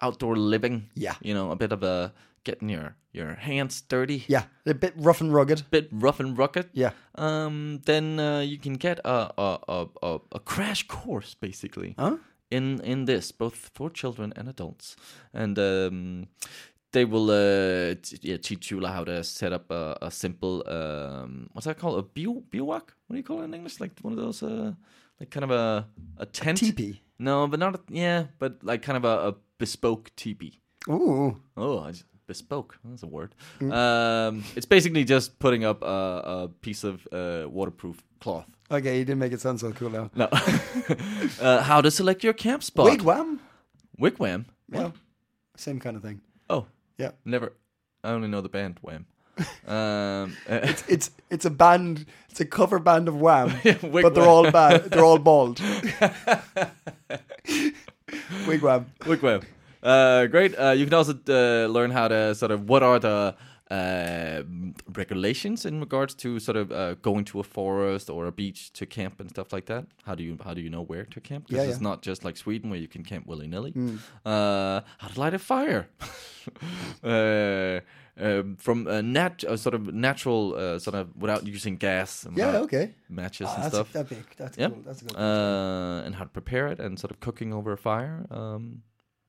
[SPEAKER 2] outdoor living.
[SPEAKER 3] Yeah.
[SPEAKER 2] You know, a bit of a getting your your hands dirty.
[SPEAKER 3] Yeah, a bit rough and rugged.
[SPEAKER 2] Bit rough and rugged
[SPEAKER 3] Yeah.
[SPEAKER 2] um, then uh, you can get a a, a, a a crash course basically
[SPEAKER 3] Huh?
[SPEAKER 2] in in this both for children and adults, and um, they will uh, t- yeah, teach you how to set up a, a simple um, what's that called a biw- biwak? What do you call it in English? Like one of those uh, like kind of a a tent
[SPEAKER 3] Teepee.
[SPEAKER 2] No, but not a, yeah, but like kind of a, a bespoke teepee.
[SPEAKER 3] Ooh.
[SPEAKER 2] Oh, I just, bespoke. That's a word.
[SPEAKER 3] Mm.
[SPEAKER 2] Um, it's basically just putting up a, a piece of uh, waterproof cloth.
[SPEAKER 3] Okay, you didn't make it sound so cool now.
[SPEAKER 2] No. uh, how to select your camp spot?
[SPEAKER 3] Wait, wham?
[SPEAKER 2] Wigwam.
[SPEAKER 3] Yeah. Same kind of thing.
[SPEAKER 2] Oh,
[SPEAKER 3] Yeah.
[SPEAKER 2] never. I only know the band Wham. Um, uh,
[SPEAKER 3] It's it's a band, it's a cover band of Wham,
[SPEAKER 2] Wig
[SPEAKER 3] but they're
[SPEAKER 2] Wham.
[SPEAKER 3] all bad. They're all bald. Wigwam.
[SPEAKER 2] Wigwam. Uh, great. Uh, you can also uh, learn how to sort of what are the uh, regulations in regards to sort of uh, going to a forest or a beach to camp and stuff like that. How do you how do you know where to camp? Because
[SPEAKER 3] Yeah,
[SPEAKER 2] it's
[SPEAKER 3] yeah. Hmm.
[SPEAKER 2] not just like Sweden where you can camp willy nilly. Uh, how to light a fire. uh, um, from a nat a sort of natural uh, sort of without using gas. And
[SPEAKER 3] Yeah,
[SPEAKER 2] without
[SPEAKER 3] okay.
[SPEAKER 2] Matches
[SPEAKER 3] Ah,
[SPEAKER 2] and
[SPEAKER 3] that's
[SPEAKER 2] Uh, stuff
[SPEAKER 3] that big. That's cool. That's a good.
[SPEAKER 2] uh, and how to prepare it and sort of cooking over a fire. Um,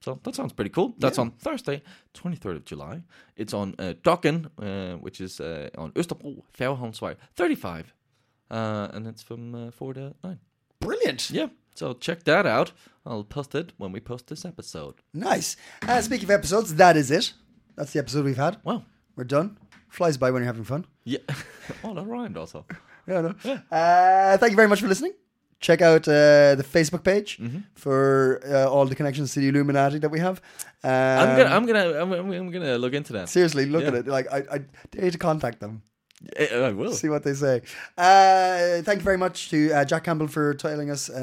[SPEAKER 2] so that sounds pretty cool. That's on Thursday, 23rd of July. It's on uh, Dokken, uh, which is uh, on Østerbro, Færgehavnsvej 35. Uh, and it's from uh, 4 to 9.
[SPEAKER 3] Brilliant.
[SPEAKER 2] Yeah, so check that out. I'll post it when we post this episode.
[SPEAKER 3] Nice. Uh, speaking of episodes, that is it. That's the episode we've had.
[SPEAKER 2] Wow.
[SPEAKER 3] We're done. Flies by when you're having fun.
[SPEAKER 2] Yeah. oh, that rhymed also.
[SPEAKER 3] Yeah, I know. Uh, thank you very much for listening. Check out uh, the Facebook page for uh, all the connections to the Illuminati that we have. Um,
[SPEAKER 2] I'm gonna, I'm gonna, I'm, I'm- I'm gonna look into that.
[SPEAKER 3] seriously look
[SPEAKER 2] Yeah.
[SPEAKER 3] at it. Like I, I dare to contact them.
[SPEAKER 2] I, I will.
[SPEAKER 3] See what they say. Uh, thank you very much to uh, Jack Campbell for telling us uh,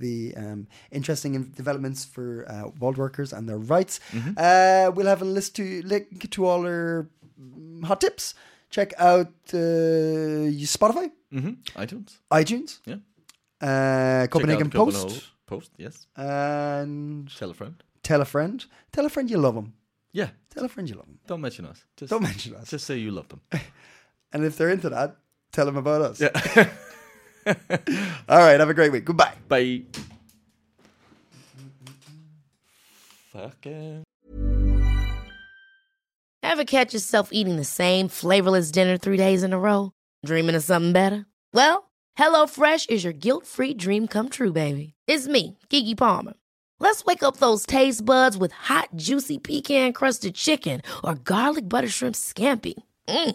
[SPEAKER 3] the um, interesting in- developments for uh, wall workers and their rights. Uh, we'll have a list to link to all our mm, hot tips. Check out uh, Spotify,
[SPEAKER 2] hmm iTunes.
[SPEAKER 3] iTunes,
[SPEAKER 2] Yeah. Check
[SPEAKER 3] uh,
[SPEAKER 2] out
[SPEAKER 3] Copenhagen Post,
[SPEAKER 2] Copenhagen Post. Yes.
[SPEAKER 3] and
[SPEAKER 2] Tell a friend.
[SPEAKER 3] tell a friend. Tell a friend you love them.
[SPEAKER 2] Yeah.
[SPEAKER 3] Tell a friend you love them.
[SPEAKER 2] Don't mention us. Just,
[SPEAKER 3] Don't mention us.
[SPEAKER 2] Just say you love them.
[SPEAKER 3] And if they're into that, tell them about us. all right. Have a great week. Goodbye.
[SPEAKER 2] Bye. Fucking.
[SPEAKER 5] Ever catch yourself eating the same flavorless dinner three days in a row? Dreaming of something better? Well, HelloFresh is your guilt free dream come true, baby. It's me, Gigi Palmer. Let's wake up those taste buds with hot, juicy pecan crusted chicken or garlic butter shrimp scampi. Mm.